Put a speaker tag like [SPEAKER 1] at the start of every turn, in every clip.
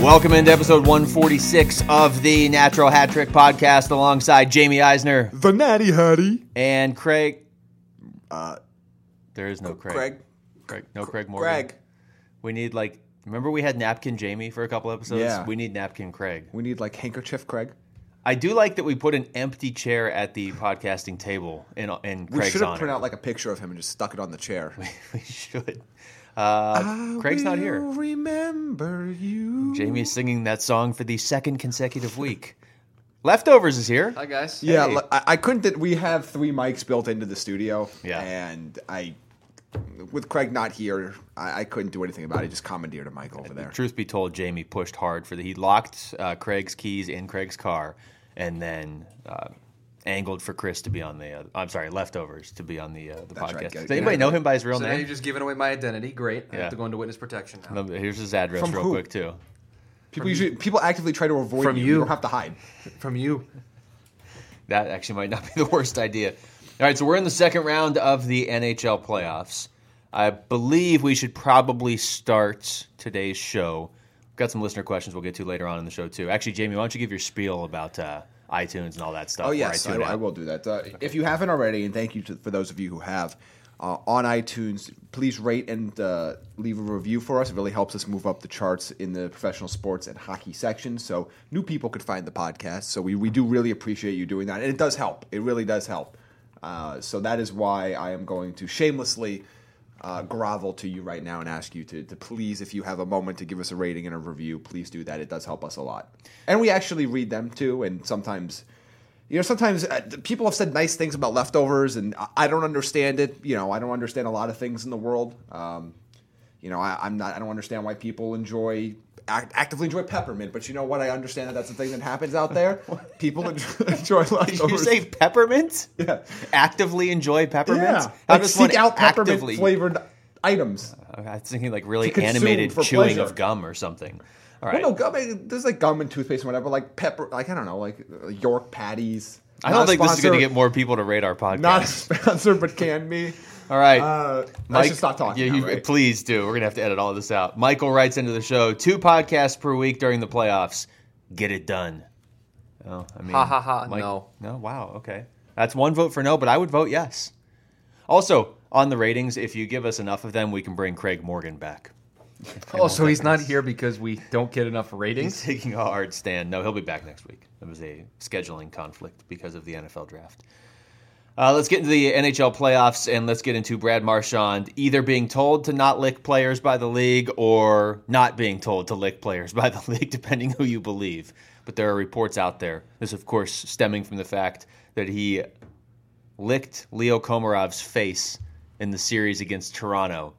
[SPEAKER 1] Welcome into episode 146 of the Natural Hat Trick Podcast alongside Jamie Eisner
[SPEAKER 2] The Natty Hattie.
[SPEAKER 1] and Craig. there is no Craig.
[SPEAKER 2] Uh, Greg.
[SPEAKER 1] Craig. No Craig Morgan.
[SPEAKER 2] Greg.
[SPEAKER 1] We need, like, remember we had Napkin Jamie for a couple episodes?
[SPEAKER 2] Yeah.
[SPEAKER 1] We need Napkin Craig.
[SPEAKER 2] We need like handkerchief Craig.
[SPEAKER 1] I do like that we put an empty chair at the podcasting table in, in
[SPEAKER 2] We
[SPEAKER 1] Craig's
[SPEAKER 2] should have
[SPEAKER 1] honor.
[SPEAKER 2] printed out like a picture of him and just stuck it on the chair.
[SPEAKER 1] we should. Uh, Craig's not here.
[SPEAKER 2] Will Remember you.
[SPEAKER 1] Jamie is singing that song for the second consecutive week. Leftovers is here.
[SPEAKER 3] Hi guys.
[SPEAKER 2] Yeah,
[SPEAKER 1] Hey.
[SPEAKER 2] look, I, I couldn't. That we have three mics built into the studio.
[SPEAKER 1] Yeah.
[SPEAKER 2] and I, with Craig not here, I, I couldn't do anything about it. Just commandeered a mic over there.
[SPEAKER 1] Truth be told, Jamie pushed hard for the. He locked uh, Craig's keys in Craig's car, and then uh, angled for Chris to be on the. Uh, I'm sorry, leftovers to be on the uh, the
[SPEAKER 2] That's
[SPEAKER 1] podcast.
[SPEAKER 2] right,
[SPEAKER 1] Does
[SPEAKER 2] yeah,
[SPEAKER 1] anybody
[SPEAKER 2] yeah.
[SPEAKER 1] know him by his real
[SPEAKER 3] So now
[SPEAKER 1] name?
[SPEAKER 3] you're just giving away my identity. Great. I
[SPEAKER 1] Yeah.
[SPEAKER 3] have to go into witness protection now.
[SPEAKER 1] Um, Here's his address,
[SPEAKER 2] From
[SPEAKER 1] real
[SPEAKER 2] who?
[SPEAKER 1] quick too.
[SPEAKER 2] People usually people actively try to avoid
[SPEAKER 3] From
[SPEAKER 2] you.
[SPEAKER 3] you.
[SPEAKER 2] don't have to hide.
[SPEAKER 3] From you.
[SPEAKER 1] That actually might not be the worst idea. All right, so we're in the second round of the NHL playoffs. I believe we should probably start today's show. We've got some listener questions we'll get to later on in the show too. Actually, Jamie, why don't you give your spiel about uh, iTunes and all that stuff?
[SPEAKER 2] Oh
[SPEAKER 1] or
[SPEAKER 2] yes, I,
[SPEAKER 1] iTunes
[SPEAKER 2] I
[SPEAKER 1] app?
[SPEAKER 2] will do that. Uh, If you haven't already, and thank you to, for those of you who have uh, on iTunes, please rate and uh, leave a review for us. It really helps us move up the charts in the professional sports and hockey section, so new people could find the podcast. So we we do really appreciate you doing that, and it does help. It really does help. Uh, so that is why I am going to shamelessly. Uh, grovel to you right now and ask you to, to please, if you have a moment to give us a rating and a review, please do that. It does help us a lot. And we actually read them too. And sometimes you know, sometimes uh, th- people have said nice things about leftovers, and I- I don't understand it. You know, I don't understand a lot of things in the world. Um, you know, I, I'm not. I don't understand why people enjoy act, actively enjoy peppermint, but you know what? I understand that that's a thing that happens out there. people enjoy, enjoy leftovers.
[SPEAKER 1] Did you say peppermint? Yeah. Actively enjoy peppermint?
[SPEAKER 2] yeah?
[SPEAKER 1] How
[SPEAKER 2] Like,
[SPEAKER 1] does one
[SPEAKER 2] seek out peppermint
[SPEAKER 1] actively? Oh,
[SPEAKER 2] flavored items.
[SPEAKER 1] I was thinking like really
[SPEAKER 2] to consume
[SPEAKER 1] animated
[SPEAKER 2] for
[SPEAKER 1] chewing
[SPEAKER 2] pleasure.
[SPEAKER 1] of gum or something. All right.
[SPEAKER 2] Well, no gum. I mean, There's like gum and toothpaste and whatever. Like pepper. Like I don't know. Like uh, York patties.
[SPEAKER 1] I don't
[SPEAKER 2] Not
[SPEAKER 1] think this is going to
[SPEAKER 2] sponsored-
[SPEAKER 1] get more people to rate our podcast.
[SPEAKER 2] not sponsored, but can be.
[SPEAKER 1] All right.
[SPEAKER 2] Uh, I
[SPEAKER 1] Mike,
[SPEAKER 2] should stop talking.
[SPEAKER 1] yeah,
[SPEAKER 2] now,
[SPEAKER 1] you-
[SPEAKER 2] right?
[SPEAKER 1] please do. We're gonna have to edit all this out. Michael writes into the show: two podcasts per week during the playoffs. Get it done. Oh, I mean,
[SPEAKER 3] Ha, ha, ha. No.
[SPEAKER 1] no, wow, okay, that's one vote for no, but I would vote yes. Also, on the ratings, if you give us enough of them, we can bring Craig Morgan back.
[SPEAKER 3] Oh, so he's not here because we don't get enough
[SPEAKER 1] He's
[SPEAKER 3] ratings.
[SPEAKER 1] taking a hard stand. No, he'll be back next week. It was a scheduling conflict because of the NFL draft. Uh, let's get into the NHL playoffs and let's get into Brad Marchand either being told to not lick players by the league or not being told to lick players by the league, depending who you believe. But there are reports out there. This, of course, stemming from the fact that he licked Leo Komarov's face in the series against Toronto.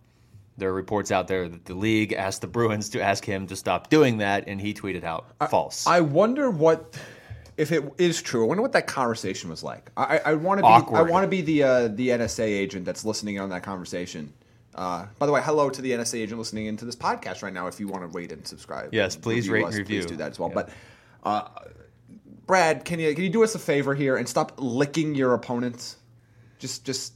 [SPEAKER 1] There are reports out there that the league asked the Bruins to ask him to stop doing that, and he tweeted out false.
[SPEAKER 2] I wonder what if it is true. I wonder what that conversation was like. I, I want to be. I
[SPEAKER 1] Awkward.
[SPEAKER 2] want to be the uh, the NSA agent that's listening in on that conversation. Uh, by the way, hello to the NSA agent listening into this podcast right now. If you want to rate and subscribe,
[SPEAKER 1] Yes, please rate and review.
[SPEAKER 2] Please do that as well.
[SPEAKER 1] Yeah.
[SPEAKER 2] But uh, Brad, can you can you do us a favor here and stop licking your opponents? Just just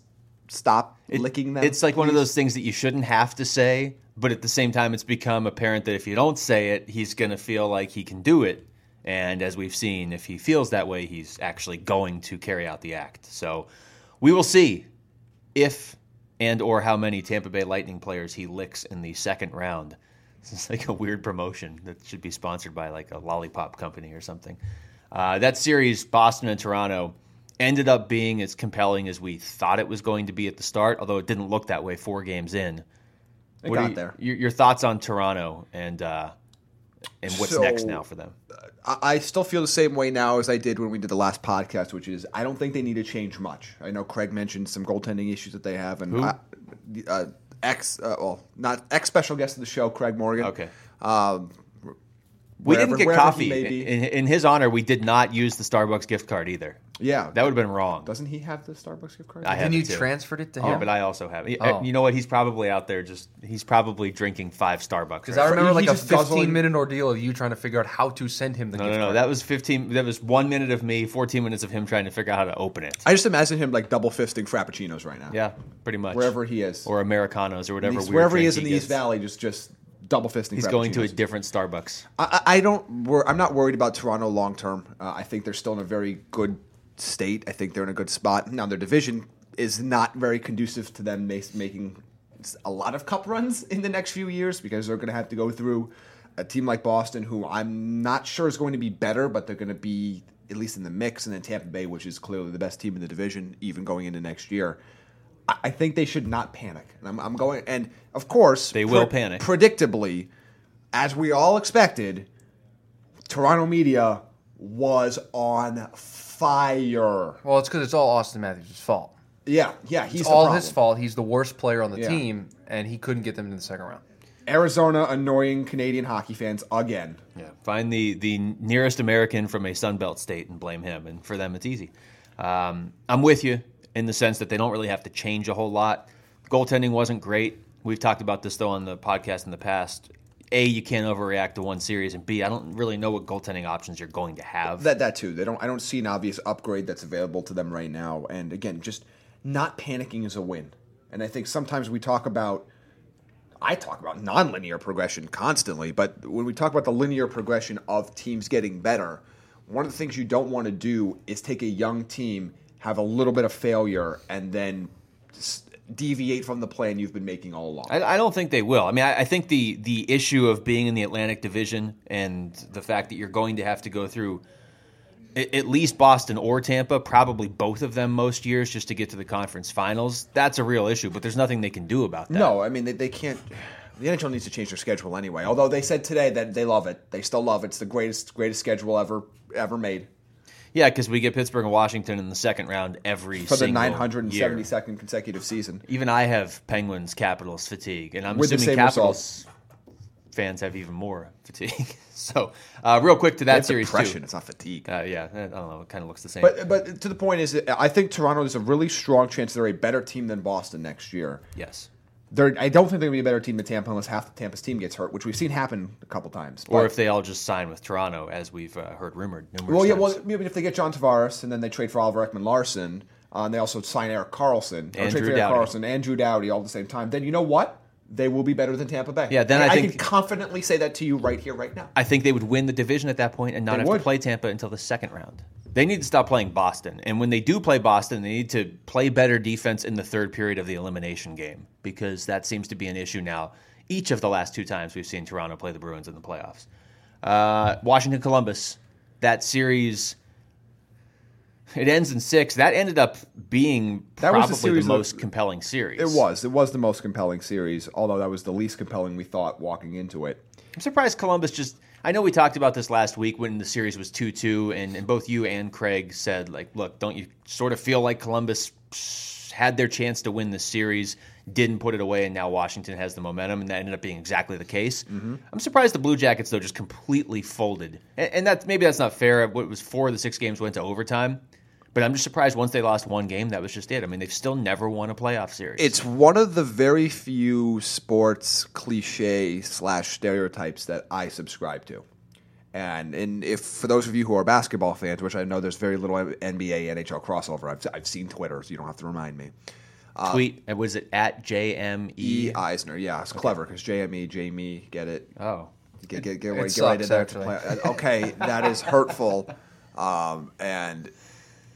[SPEAKER 2] stop
[SPEAKER 1] It-
[SPEAKER 2] licking them.
[SPEAKER 1] It's like one of those things that you shouldn't have to say, but at the same time, it's become apparent that if you don't say it, he's going to feel like he can do it. And as we've seen, if he feels that way, he's actually going to carry out the act. So we will see if and or how many Tampa Bay Lightning players he licks in the second round. This is like a weird promotion that should be sponsored by like a lollipop company or something. Uh, that series, Boston and Toronto, ended up being as compelling as we thought it was going to be at the start, although it didn't look that way four games in.
[SPEAKER 2] It
[SPEAKER 1] What are
[SPEAKER 2] got
[SPEAKER 1] you-
[SPEAKER 2] there.
[SPEAKER 1] Your, your thoughts on Toronto and uh, and what's
[SPEAKER 2] So-
[SPEAKER 1] next now for them?
[SPEAKER 2] I I still feel the same way now as I did when we did the last podcast, which is I don't think they need to change much. I know Craig mentioned some goaltending issues that they have, and I, the, uh, ex, uh, well, not ex special guest of the show, Craig Morgan.
[SPEAKER 1] Okay.
[SPEAKER 2] Um,
[SPEAKER 1] We
[SPEAKER 2] wherever-
[SPEAKER 1] didn't get
[SPEAKER 2] wherever he
[SPEAKER 1] coffee.
[SPEAKER 2] may be.
[SPEAKER 1] In, in his honor, we did not use the Starbucks gift card either.
[SPEAKER 2] yeah,
[SPEAKER 1] That would have been wrong.
[SPEAKER 2] doesn't he have the Starbucks gift card?
[SPEAKER 1] I have
[SPEAKER 3] Then
[SPEAKER 1] it
[SPEAKER 3] you
[SPEAKER 1] too.
[SPEAKER 3] transferred it to
[SPEAKER 1] Yeah,
[SPEAKER 3] him.
[SPEAKER 1] but I also have. y-
[SPEAKER 3] Oh.
[SPEAKER 1] You know what? He's probably out there just. He's probably drinking five Starbucks.
[SPEAKER 3] Because
[SPEAKER 1] right
[SPEAKER 3] I remember
[SPEAKER 2] He
[SPEAKER 3] like a
[SPEAKER 2] just guzzled-
[SPEAKER 3] 15 minute ordeal of you trying to figure out how to send him the
[SPEAKER 1] now.
[SPEAKER 3] gift
[SPEAKER 1] No, no, no.
[SPEAKER 3] card.
[SPEAKER 1] That was fifteen. That was one minute of me, fourteen minutes of him trying to figure out how to open it.
[SPEAKER 2] I just imagine him like double fisting frappuccinos right now.
[SPEAKER 1] yeah, pretty much.
[SPEAKER 2] wherever he is,
[SPEAKER 1] or Americanos or whatever.
[SPEAKER 2] He's-
[SPEAKER 1] weird
[SPEAKER 2] wherever he
[SPEAKER 1] drink
[SPEAKER 2] is in the East
[SPEAKER 1] gets.
[SPEAKER 2] Valley, just just double fisting.
[SPEAKER 1] He's
[SPEAKER 2] for
[SPEAKER 1] going to a
[SPEAKER 2] Appuccinos.
[SPEAKER 1] different Starbucks.
[SPEAKER 2] I, I I don't. Wor- I'm not worried about Toronto long term. Uh, I think they're still in a very good state. I think they're in a good spot. Now their division is not very conducive to them ma- making s- a lot of cup runs in the next few years because they're going to have to go through a team like Boston, who I'm not sure is going to be better, but they're going to be at least in the mix, and then Tampa Bay, which is clearly the best team in the division, even going into next year. I I think they should not panic, and I'm, I'm going. And of course,
[SPEAKER 1] They will panic.
[SPEAKER 2] Predictably, as we all expected, Toronto media was on fire.
[SPEAKER 3] Well, it's because it's all Austin Matthews' fault.
[SPEAKER 2] Yeah, yeah, he's
[SPEAKER 3] It's
[SPEAKER 2] the
[SPEAKER 3] all
[SPEAKER 2] problem.
[SPEAKER 3] his fault. He's the worst player on the
[SPEAKER 2] Yeah.
[SPEAKER 3] team, and he couldn't get them into the second round.
[SPEAKER 2] Arizona annoying Canadian hockey fans again.
[SPEAKER 1] Yeah. Find the the nearest American from a Sunbelt state and blame him. And for them, it's easy. Um, I'm with you in the sense that they don't really have to change a whole lot. Goaltending wasn't great. We've talked about this though on the podcast in the past. A, you can't overreact to one series, and B, I don't really know what goaltending options you're going to have.
[SPEAKER 2] That that too. They don't. I don't see an obvious upgrade that's available to them right now. And again, just not panicking is a win. And I think sometimes we talk about. I talk about nonlinear progression constantly, but when we talk about the linear progression of teams getting better, one of the things you don't want to do is take a young team, have a little bit of failure, and then s- deviate from the plan you've been making all along.
[SPEAKER 1] I, I don't think they will. I mean, I, I think the the issue of being in the Atlantic Division and the fact that you're going to have to go through a- at least Boston or Tampa, probably both of them most years, just to get to the conference finals. That's a real issue, but there's nothing they can do about that.
[SPEAKER 2] No, I mean they, they can't. The NHL needs to change their schedule anyway. Although they said today that they love it, they still love it. It's the greatest greatest schedule ever ever made
[SPEAKER 1] Yeah, because we get Pittsburgh and Washington in the second round every
[SPEAKER 2] for the
[SPEAKER 1] single
[SPEAKER 2] nine hundred and
[SPEAKER 1] year.
[SPEAKER 2] seventy second consecutive season.
[SPEAKER 1] Even I have Penguins Capitals fatigue, and I'm
[SPEAKER 2] With the
[SPEAKER 1] assuming
[SPEAKER 2] same
[SPEAKER 1] Capitals fans have even more fatigue. so, uh, real quick to that
[SPEAKER 2] It's
[SPEAKER 1] series
[SPEAKER 2] depression.
[SPEAKER 1] too.
[SPEAKER 2] It's not fatigue.
[SPEAKER 1] Uh, yeah, I don't know. It kind of looks the same.
[SPEAKER 2] But but to the point is, that I think Toronto is a really strong chance they're a better team than Boston next year.
[SPEAKER 1] yes.
[SPEAKER 2] They're, I don't think they're going to be a better team than Tampa unless half the Tampa's team gets hurt, which we've seen happen a couple times.
[SPEAKER 1] or
[SPEAKER 2] But-
[SPEAKER 1] if they all just sign with Toronto, as we've uh, heard rumored numerous
[SPEAKER 2] Well, yeah.
[SPEAKER 1] times.
[SPEAKER 2] Well, I mean, if they get John Tavares and then they trade for Oliver Ekman Larson, uh, and they also sign Eric Carlson, or
[SPEAKER 1] And
[SPEAKER 2] trade
[SPEAKER 1] Drew
[SPEAKER 2] for Eric
[SPEAKER 1] Doughty.
[SPEAKER 2] Carlson and Drew Dowdy all at the same time, then you know what? They will be better than Tampa Bay.
[SPEAKER 1] Yeah, then
[SPEAKER 2] And
[SPEAKER 1] I
[SPEAKER 2] can
[SPEAKER 1] think-
[SPEAKER 2] confidently say that to you right here, right now.
[SPEAKER 1] I think they would win the division at that point and not
[SPEAKER 2] They
[SPEAKER 1] have
[SPEAKER 2] would.
[SPEAKER 1] to play Tampa until the second round. They need to stop playing Boston, and when they do play Boston, they need to play better defense in the third period of the elimination game because that seems to be an issue now. Each of the last two times we've seen Toronto play the Bruins in the playoffs, uh, Washington Columbus, that series. It ends in six. That ended up being
[SPEAKER 2] That was
[SPEAKER 1] probably
[SPEAKER 2] the series that-
[SPEAKER 1] most compelling series.
[SPEAKER 2] It was. It was the most compelling series, although that was the least compelling we thought walking into it.
[SPEAKER 1] I'm surprised Columbus just. I know we talked about this last week when the series was 2 2, and, and both you and Craig said, like, look, don't you sort of feel like Columbus had their chance to win this series, didn't put it away, and now Washington has the momentum, and that ended up being exactly the case. I'm surprised the Blue Jackets, though, just completely folded. And, and that's, maybe that's not fair. What was four of the six games went to overtime, but I'm just surprised once they lost one game, that was just it. I mean, they've still never won a playoff series.
[SPEAKER 2] It's one of the very few sports cliche slash stereotypes that I subscribe to. And and if for those of you who are basketball fans, which I know there's very little NBA NHL crossover, I've, I've seen Twitter, so you don't have to remind me.
[SPEAKER 1] Tweet, was it at JME?
[SPEAKER 2] E Eisner, yeah, it's clever 'cause E, clever because JME, Jamie, get it,
[SPEAKER 1] oh.
[SPEAKER 2] get get get,
[SPEAKER 3] Uh, It
[SPEAKER 2] right- get
[SPEAKER 3] sucks,
[SPEAKER 2] right in there to
[SPEAKER 3] actually.
[SPEAKER 2] play. Okay, that is hurtful. Um, and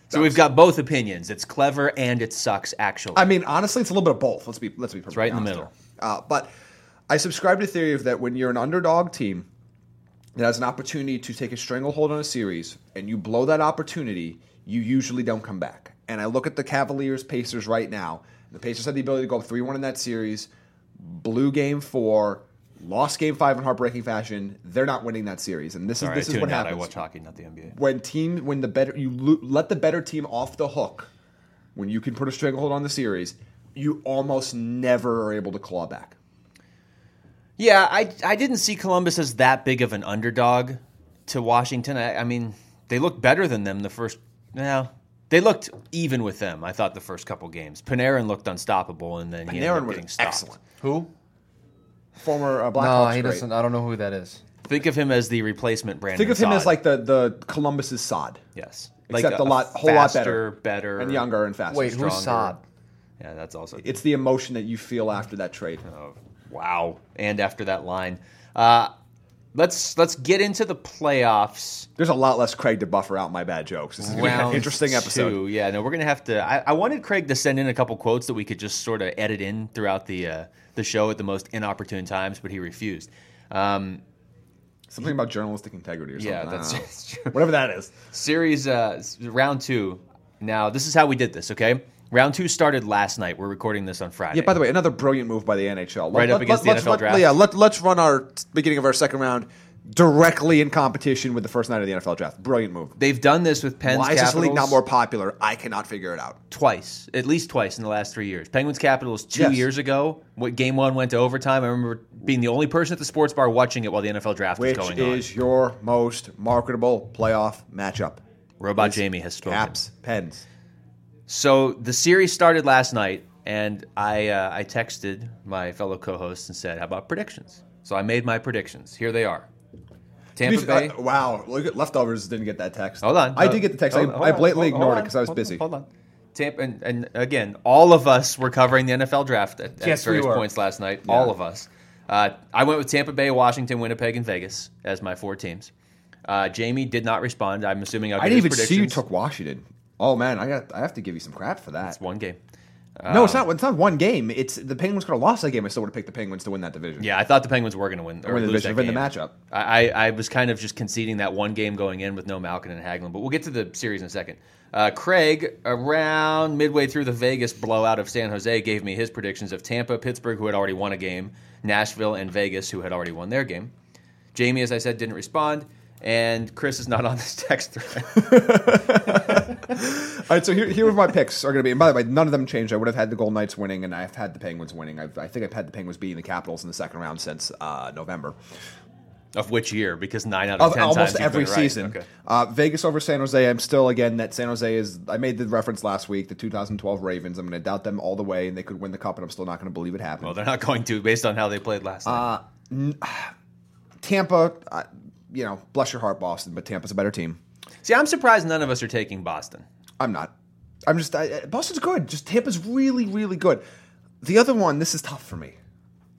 [SPEAKER 1] So we've got both opinions. It's clever and it sucks. Actually,
[SPEAKER 2] I mean, honestly, it's a little bit of both. Let's be let's be perfectly
[SPEAKER 1] right in the
[SPEAKER 2] honest
[SPEAKER 1] middle.
[SPEAKER 2] here. Uh, but I subscribe to the theory of that when you're an underdog team that has an opportunity to take a stranglehold on a series and you blow that opportunity, you usually don't come back. And I look at the Cavaliers Pacers right now. The Pacers had the ability to go up three one in that series, blew game four, lost game five in heartbreaking fashion. They're not winning that series, and this
[SPEAKER 1] Sorry, I
[SPEAKER 2] is this is
[SPEAKER 1] tuned
[SPEAKER 2] what
[SPEAKER 1] out. I
[SPEAKER 2] happens
[SPEAKER 1] watch hockey, not the NBA.
[SPEAKER 2] when team when the better you lo- let the better team off the hook when you can put a stranglehold on the series you almost never are able to claw back
[SPEAKER 1] Yeah, I I didn't see Columbus as that big of an underdog to Washington. I, I mean, they looked better than them the first. Now they looked even with them. I thought the first couple games. Panarin looked unstoppable, and then he ended
[SPEAKER 2] Panarin
[SPEAKER 1] up
[SPEAKER 2] was
[SPEAKER 1] getting stopped.
[SPEAKER 2] excellent
[SPEAKER 3] Who?
[SPEAKER 2] former uh,
[SPEAKER 3] No,
[SPEAKER 2] Blackhawks
[SPEAKER 3] he
[SPEAKER 2] great.
[SPEAKER 3] doesn't. I don't know who that is.
[SPEAKER 1] Think of him as the replacement Brandon.
[SPEAKER 2] think of him as
[SPEAKER 1] Saad.
[SPEAKER 2] like the the Columbus's sod
[SPEAKER 1] yes,
[SPEAKER 2] except a lot- whole lot
[SPEAKER 1] faster,
[SPEAKER 2] better.
[SPEAKER 1] better
[SPEAKER 2] and younger and faster
[SPEAKER 3] Wait, who's
[SPEAKER 1] stronger.
[SPEAKER 3] Saad?
[SPEAKER 1] Yeah, that's also
[SPEAKER 2] it's the emotion that you feel after that trade
[SPEAKER 1] Oh, Wow. And after that line, uh, let's let's get into the playoffs.
[SPEAKER 2] There's a lot less Craig to buffer out my bad jokes. This is going to be an
[SPEAKER 1] Round
[SPEAKER 2] interesting episode.
[SPEAKER 1] two. Yeah, no, we're gonna have to. I, I wanted Craig to send in a couple quotes that we could just sort of edit in throughout the uh, the show at the most inopportune times, but he refused.
[SPEAKER 2] Oh,
[SPEAKER 1] Um,
[SPEAKER 2] Something about journalistic integrity or something.
[SPEAKER 1] yeah,
[SPEAKER 2] I don't
[SPEAKER 1] that's,
[SPEAKER 2] know.
[SPEAKER 1] that's true.
[SPEAKER 2] whatever that is.
[SPEAKER 1] Series uh, s- round two. Now this is how we did this. Okay, round two started last night. We're recording this on Friday.
[SPEAKER 2] Yeah. By the way, another brilliant move by the NHL. Let-
[SPEAKER 1] Right up
[SPEAKER 2] let-
[SPEAKER 1] against the
[SPEAKER 2] let's-
[SPEAKER 1] NFL
[SPEAKER 2] let-
[SPEAKER 1] draft.
[SPEAKER 2] Yeah. Let, let's run our beginning of our second round directly in competition with the first night of the NFL draft. Brilliant move.
[SPEAKER 1] they've done this with Penn's
[SPEAKER 2] Why is this league
[SPEAKER 1] Capitals
[SPEAKER 2] not more popular? I cannot figure it out.
[SPEAKER 1] twice, at least twice in the last three years. Penguins Capitals two
[SPEAKER 2] Yes.
[SPEAKER 1] years ago. What game one went to overtime. I remember being the only person at the sports bar watching it while the NFL draft
[SPEAKER 2] Which
[SPEAKER 1] was going
[SPEAKER 2] is your most marketable playoff matchup?
[SPEAKER 1] on. Robot Jamie has spoken.
[SPEAKER 2] Caps, Pens.
[SPEAKER 1] So the series started last night, and I uh, I texted my fellow co-hosts and said, "How about predictions?" So I made my predictions. Here they are. Tampa Bay.
[SPEAKER 2] Uh, wow, look at leftovers didn't get that text.
[SPEAKER 1] Hold on.
[SPEAKER 2] I did get the text. I,
[SPEAKER 1] Hold on,
[SPEAKER 2] I
[SPEAKER 1] hold on,
[SPEAKER 2] blatantly
[SPEAKER 1] hold on,
[SPEAKER 2] ignored
[SPEAKER 1] hold
[SPEAKER 2] it
[SPEAKER 1] on,
[SPEAKER 2] because I was
[SPEAKER 1] hold on,
[SPEAKER 2] busy.
[SPEAKER 1] Hold on. Tampa and, and again, all of us were covering the NFL draft at, at
[SPEAKER 3] Yes, we
[SPEAKER 1] various
[SPEAKER 3] were.
[SPEAKER 1] points last night. All of us. Uh, I went with Tampa Bay, Washington, Winnipeg, and Vegas as my four teams. Uh, Jamie did not respond. I'm assuming I'll
[SPEAKER 2] I
[SPEAKER 1] get
[SPEAKER 2] didn't even
[SPEAKER 1] his
[SPEAKER 2] see you
[SPEAKER 1] predictions.
[SPEAKER 2] took Washington. Oh man, I got. I have to give you some crap for that.
[SPEAKER 1] It's one game.
[SPEAKER 2] no,
[SPEAKER 1] Um,
[SPEAKER 2] it's not. It's not one game. It's the Penguins could have lost that game. I still would have picked the Penguins to win that division.
[SPEAKER 1] Yeah, I thought the Penguins were going to win or
[SPEAKER 2] Win the
[SPEAKER 1] lose
[SPEAKER 2] division,
[SPEAKER 1] that
[SPEAKER 2] win the
[SPEAKER 1] game.
[SPEAKER 2] matchup.
[SPEAKER 1] I, I I was kind of just conceding that one game going in with no Malkin and Haglin, but we'll get to the series in a second. Uh, Craig, around midway through the Vegas blowout of San Jose, gave me his predictions of Tampa, Pittsburgh, who had already won a game, Nashville, and Vegas, who had already won their game. Jamie, as I said, didn't respond, and Chris is not on this text thread.
[SPEAKER 2] All right, so here, here are my picks are going to be. And by the way, none of them changed. I would have had the Golden Knights winning, and I've had the Penguins winning. I've, I think I've had the Penguins beating the Capitals in the second round since uh, November.
[SPEAKER 1] of which year? Because nine out of,
[SPEAKER 2] of
[SPEAKER 1] ten times
[SPEAKER 2] almost
[SPEAKER 1] you've
[SPEAKER 2] every
[SPEAKER 1] been right.
[SPEAKER 2] season.
[SPEAKER 1] Okay.
[SPEAKER 2] Uh, Vegas over San Jose. I'm still again that San Jose is. I made the reference last week. The 2012 Ravens. I'm going to doubt them all the way, and they could win the cup, and I'm still not going to believe it happened.
[SPEAKER 1] Well, they're not going to based on how they played last
[SPEAKER 2] Uh,
[SPEAKER 1] night.
[SPEAKER 2] Tampa. Uh, you know, bless your heart, Boston, but Tampa's a better team.
[SPEAKER 1] See, I'm surprised none of us are taking Boston.
[SPEAKER 2] I'm not. I'm just. I, I- Boston's good. Just Tampa's really, really good. The other one. This is tough for me.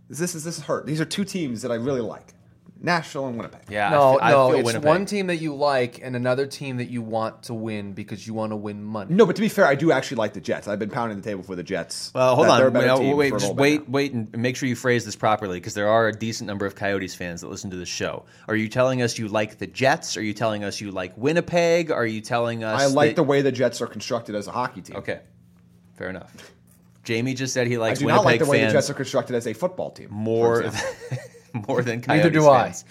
[SPEAKER 2] This is this is hurt. These are two teams that I really like. Nashville and Winnipeg.
[SPEAKER 1] Yeah, I
[SPEAKER 3] no,
[SPEAKER 1] f- I
[SPEAKER 3] no,
[SPEAKER 1] feel
[SPEAKER 3] it's
[SPEAKER 1] Winnipeg.
[SPEAKER 3] one team that you like and another team that you want to win because you want to win money.
[SPEAKER 2] No, but to be fair, I do actually like the Jets. I've been pounding the table for the Jets.
[SPEAKER 1] Well, hold
[SPEAKER 2] that they're a
[SPEAKER 1] on.
[SPEAKER 2] better
[SPEAKER 1] Wait,
[SPEAKER 2] team
[SPEAKER 1] wait,
[SPEAKER 2] for a
[SPEAKER 1] just
[SPEAKER 2] little bit now.
[SPEAKER 1] wait, wait, and make sure you phrase this properly because there are a decent number of Coyotes fans that listen to the show. Are you telling us you like the Jets? Are you telling us you like Winnipeg? Are you telling us
[SPEAKER 2] I like
[SPEAKER 1] that-
[SPEAKER 2] the way the Jets are constructed as a hockey team.
[SPEAKER 1] Okay, fair enough. Jamie just said he
[SPEAKER 2] I
[SPEAKER 1] likes
[SPEAKER 2] do
[SPEAKER 1] Winnipeg
[SPEAKER 2] not like the way
[SPEAKER 1] fans
[SPEAKER 2] the Jets are constructed as a football team. for
[SPEAKER 1] more
[SPEAKER 2] example.
[SPEAKER 1] than, more than Coyotes
[SPEAKER 3] do I.
[SPEAKER 1] fans.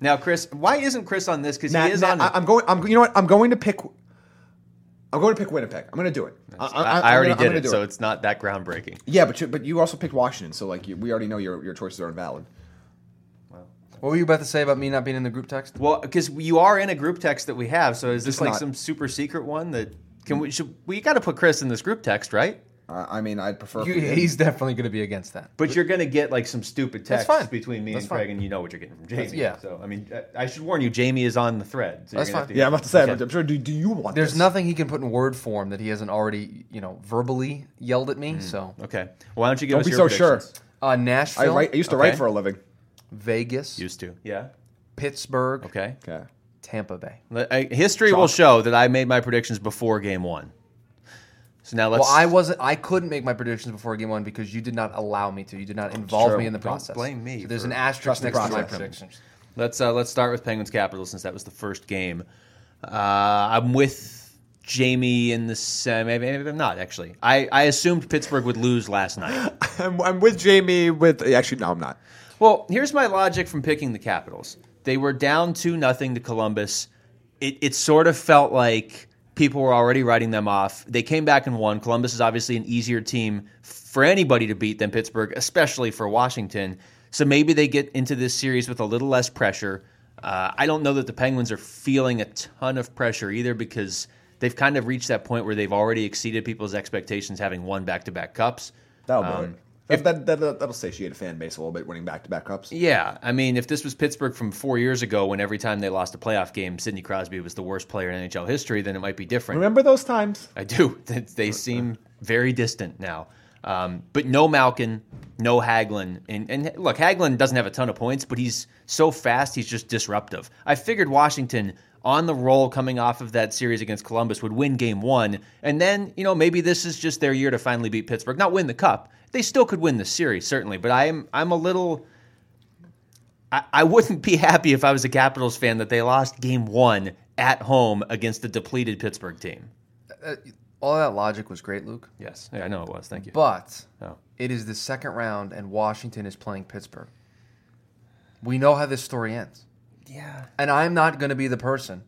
[SPEAKER 1] Now, Chris, why isn't Chris on this? Because
[SPEAKER 2] Nah,
[SPEAKER 1] he is
[SPEAKER 2] nah,
[SPEAKER 1] on.
[SPEAKER 2] I, I'm going. I'm. You know what? I'm going to pick. I'm going to pick Winnipeg. I'm going to do it. I,
[SPEAKER 1] I- I already
[SPEAKER 2] am
[SPEAKER 1] did
[SPEAKER 2] gonna
[SPEAKER 1] it,
[SPEAKER 2] do
[SPEAKER 1] so it's not that groundbreaking.
[SPEAKER 2] yeah, but you, but you also picked Washington, so like you, we already know your your choices are invalid.
[SPEAKER 3] What were you about to say about me not being in the group text?
[SPEAKER 1] Well, because you are in a group text that we have, so is this like
[SPEAKER 2] not-
[SPEAKER 1] some super secret one that can we? Should, we got to put Chris in this group text, right?
[SPEAKER 2] Uh, I mean, I'd prefer. if
[SPEAKER 3] You,
[SPEAKER 2] we didn't.
[SPEAKER 3] he's definitely going to be against that.
[SPEAKER 1] But you're gonna get like some stupid
[SPEAKER 3] That's
[SPEAKER 1] texts
[SPEAKER 3] fine.
[SPEAKER 1] between me
[SPEAKER 3] That's
[SPEAKER 1] and Craig,
[SPEAKER 3] fine.
[SPEAKER 1] and you know what you're getting from Jamie.
[SPEAKER 3] yeah.
[SPEAKER 1] So I mean, I, I should warn you, Jamie is on the thread. So
[SPEAKER 3] That's
[SPEAKER 1] you're gonna have
[SPEAKER 3] fine.
[SPEAKER 1] to-
[SPEAKER 2] yeah, I'm about to say.
[SPEAKER 1] Okay.
[SPEAKER 2] I'm sure. Do, do you want?
[SPEAKER 3] There's
[SPEAKER 2] this?
[SPEAKER 3] nothing he can put in word form that he hasn't already, you know, verbally yelled at me.
[SPEAKER 1] Mm.
[SPEAKER 3] So
[SPEAKER 1] Okay. Why don't you give
[SPEAKER 2] Don't
[SPEAKER 1] us
[SPEAKER 2] be
[SPEAKER 1] your
[SPEAKER 2] so sure.
[SPEAKER 1] predictions?
[SPEAKER 3] uh,
[SPEAKER 2] I
[SPEAKER 3] Nashville,
[SPEAKER 2] write. I used to
[SPEAKER 1] Okay.
[SPEAKER 2] write for a living.
[SPEAKER 3] Vegas,
[SPEAKER 1] Used to. Yeah.
[SPEAKER 3] Pittsburgh,
[SPEAKER 1] Okay.
[SPEAKER 2] Okay.
[SPEAKER 3] Tampa Bay.
[SPEAKER 1] Let- I- history will show that I made my predictions before game one. So now let's.
[SPEAKER 3] Well, I wasn't. I couldn't make my predictions before game one because you did not allow me to. You did not involve
[SPEAKER 2] true.
[SPEAKER 3] me in the
[SPEAKER 1] Don't
[SPEAKER 3] process.
[SPEAKER 1] blame me
[SPEAKER 3] So there's
[SPEAKER 1] for
[SPEAKER 3] an asterisk
[SPEAKER 2] trusting
[SPEAKER 3] next to my
[SPEAKER 2] process.
[SPEAKER 3] predictions.
[SPEAKER 1] Let's uh, let's start with Penguins Capitals since that was the first game. Uh, I'm with Jamie in the semi. Maybe, maybe I'm not actually. I, I assumed Pittsburgh would lose last night.
[SPEAKER 2] I'm, I'm with Jamie. With actually, no, I'm not.
[SPEAKER 1] Well, here's my logic from picking the Capitals. They were down two nothing to Columbus. It it sort of felt like people were already writing them off. They came back and won. Columbus is obviously an easier team for anybody to beat than Pittsburgh, especially for Washington. So maybe they get into this series with a little less pressure. Uh, I don't know that the Penguins are feeling a ton of pressure either because they've kind of reached that point where they've already exceeded people's expectations having won back to back cups.
[SPEAKER 2] That'll do it. That, that, that, that'll satiate a fan base a little bit, winning back to back cups.
[SPEAKER 1] Yeah, I mean, if this was Pittsburgh from four years ago, when every time they lost a playoff game, Sidney Crosby was the worst player in NHL history, then it might be different.
[SPEAKER 2] Remember those times?
[SPEAKER 1] I do. They- They seem very distant now. Um, but no Malkin, no Haglin, and and look, Haglin doesn't have a ton of points, but he's so fast, he's just disruptive. I figured Washington on the roll coming off of that series against Columbus would win game one. And then, you know, maybe this is just their year to finally beat Pittsburgh. Not win the cup. They still could win the series, certainly, but I'm I'm a little I, I wouldn't be happy if I was a Capitals fan that they lost game one at home against the depleted Pittsburgh team.
[SPEAKER 3] All that logic was great, Luke.
[SPEAKER 1] Yes. Yeah, I know it was. Thank you.
[SPEAKER 3] But
[SPEAKER 1] Oh.
[SPEAKER 3] it is the second round, and Washington is playing Pittsburgh. We know how this story ends.
[SPEAKER 1] yeah.
[SPEAKER 3] And I'm not going to be the person